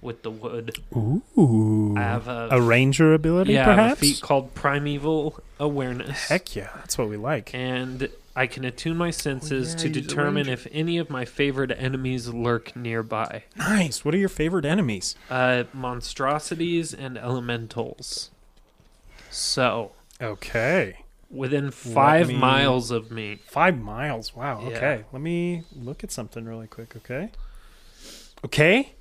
S2: with the wood.
S6: Ooh.
S2: I have a,
S6: Mm-hmm. a ranger ability,
S2: yeah, I have a
S6: perhaps?
S2: feat called Primeval Awareness.
S6: Heck yeah, that's what we like.
S2: and I can attune my senses
S6: Oh, yeah,
S2: to
S6: he's a
S2: determine
S6: ranger.
S2: if any of my favorite enemies lurk nearby.
S6: Nice. What are your favorite enemies?
S2: Uh, monstrosities and elementals. So,
S6: Okay.
S2: within five
S6: me-
S2: miles of me,
S6: Five miles. Wow.
S2: Yeah.
S6: Okay. Let me look at something really quick. Okay. Okay.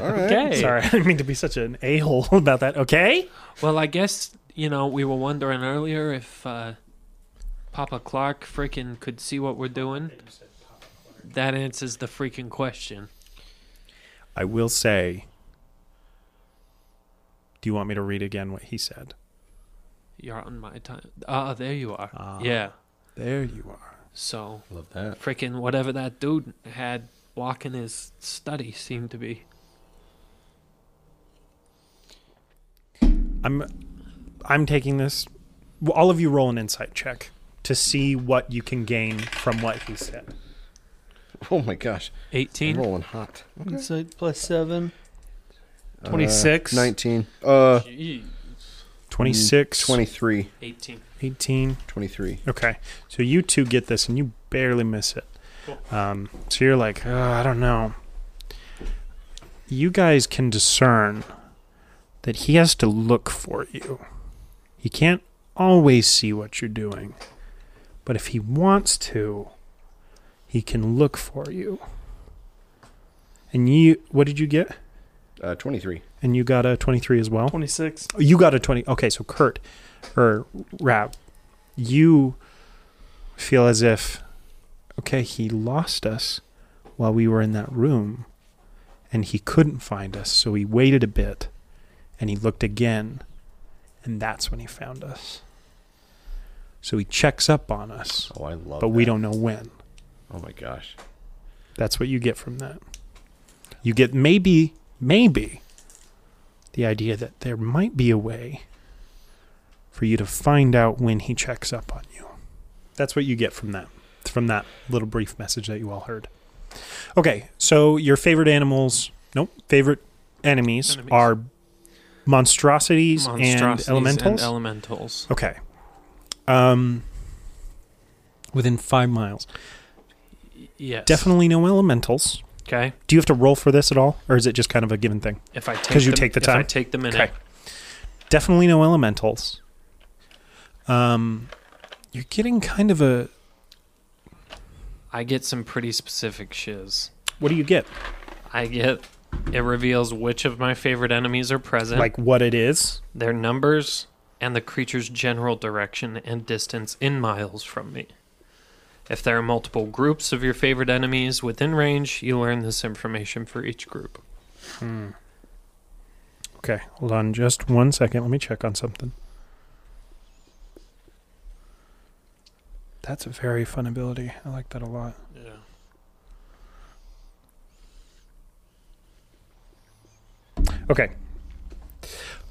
S1: All right.
S2: Okay.
S6: Sorry, <laughs> I didn't mean to be such an a hole <laughs> about that. Okay.
S2: Well, I guess you know we were wondering earlier if uh, Papa Clark freaking could see what we're doing. That answers the freaking question.
S6: I will say. Do you want me to read again what he said?
S2: You're on my time. Ah, there you are.
S6: Ah.
S2: yeah.
S6: There you are.
S2: So
S1: Love that.
S2: freaking whatever that dude had walking his study seemed to be.
S6: I'm. I'm taking this. well, All of you roll an insight check to see what you can gain from what he said.
S1: Oh my gosh. I'm
S2: 18.
S1: rolling hot. Okay.
S3: Insight plus seven.
S1: Uh,
S3: 26.
S1: 19. Uh,
S6: Twenty six.
S1: 23.
S2: 18.
S6: 18.
S1: 23.
S6: Okay. So you two get this and you barely miss it. Um, so you're like, oh, I don't know. You guys can discern that he has to look for you. He can't always see what you're doing. But if he wants to, he can look for you. And you, what did you get?
S1: Uh, 23.
S6: And you got a 23 as well?
S3: 26.
S6: Oh, You got a 20. Okay, so Kurt or Rab, you feel as if, okay, he lost us while we were in that room and he couldn't find us. So he waited a bit and he looked again and that's when he found us. So he checks up on us,
S1: Oh, I love
S6: but we
S1: that.
S6: don't know when.
S1: Oh my gosh.
S6: That's what you get from that. You get maybe, maybe the idea that there might be a way for you to find out when he checks up on you. That's what you get from that, from that little brief message that you all heard. Okay, so your favorite animals, nope, favorite enemies,
S2: Enemies.
S6: are monstrosities,
S2: Monstrosities
S6: and elementals.
S2: elementals.
S6: okay. Um, within five miles.
S2: Y- Yes.
S6: Definitely no elementals.
S2: Okay.
S6: Do you have to roll for this at all, or is it just kind of a given thing?
S2: If I take
S6: 'Cause you
S2: them-
S6: take the
S2: If I
S6: time?
S2: take the minute.
S6: Okay. Definitely no elementals. Um, you're getting kind of a.
S2: I get some pretty specific shiz.
S6: What do you get?
S2: I get it reveals which of my favorite enemies are present,
S6: Like what it is?
S2: their numbers, and the creature's general direction and distance in miles from me. If there are multiple groups of your favorite enemies within range, you learn this information for each group.
S6: Okay, hold on just one second. Let me check on something. That's a very fun ability. I like that a lot.
S2: Yeah.
S6: Okay.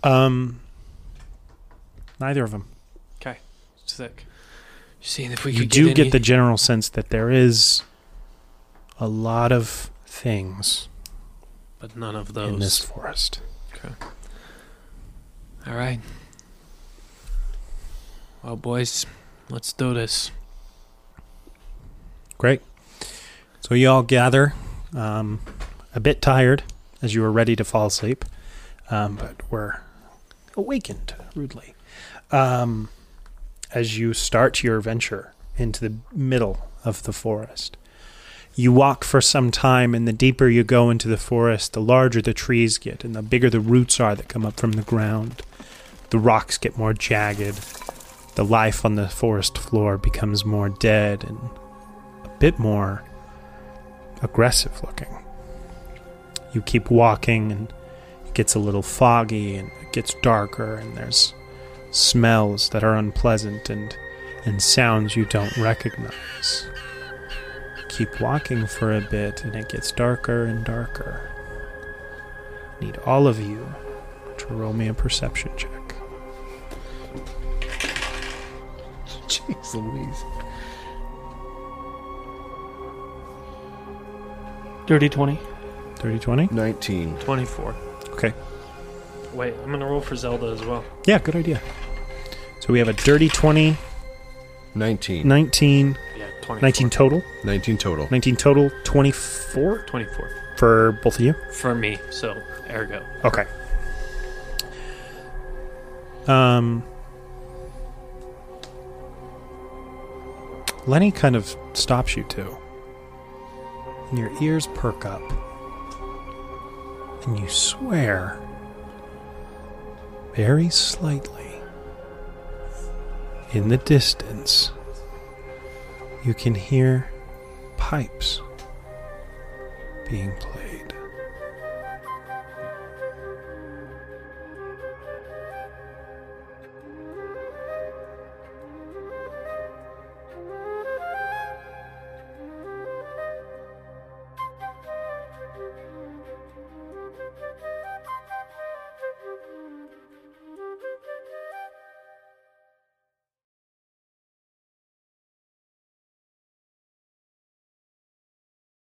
S6: Um. Neither of them.
S2: Sick. Seeing if we
S6: you
S2: could
S6: do get,
S2: any-
S6: the general sense that there is a lot of things
S2: but none of
S6: in this
S2: those.
S6: forest.
S2: All right. Well, boys, let's do this.
S6: Great. So you all gather, um, a bit tired as you were ready to fall asleep, um, but were awakened rudely um, as you start your venture into the middle of the forest. You walk for some time, and the deeper you go into the forest, the larger the trees get, and the bigger the roots are that come up from the ground. The rocks get more jagged. The life on the forest floor becomes more dead and bit more aggressive looking. You keep walking and it gets a little foggy and it gets darker and there's smells that are unpleasant and and sounds you don't recognize. Keep walking for a bit and it gets darker and darker. Need all of you to roll me a perception check.
S1: Jeez Louise.
S3: Dirty 20.
S6: 30 20?
S1: 19.
S11: 24.
S6: Okay.
S11: Wait, I'm gonna roll for Zelda as well.
S6: Yeah, good idea. So we have a dirty 20,
S1: 19.
S6: 19,
S11: Yeah, 24.
S6: 19 total.
S1: 19 total.
S6: 19 total, 24
S11: 24
S6: for both of you.
S11: for me. So ergo,
S6: Okay. Um, Lenny kind of stops you too. And your ears perk up. And you swear, very slightly, in the distance, you can hear pipes being played.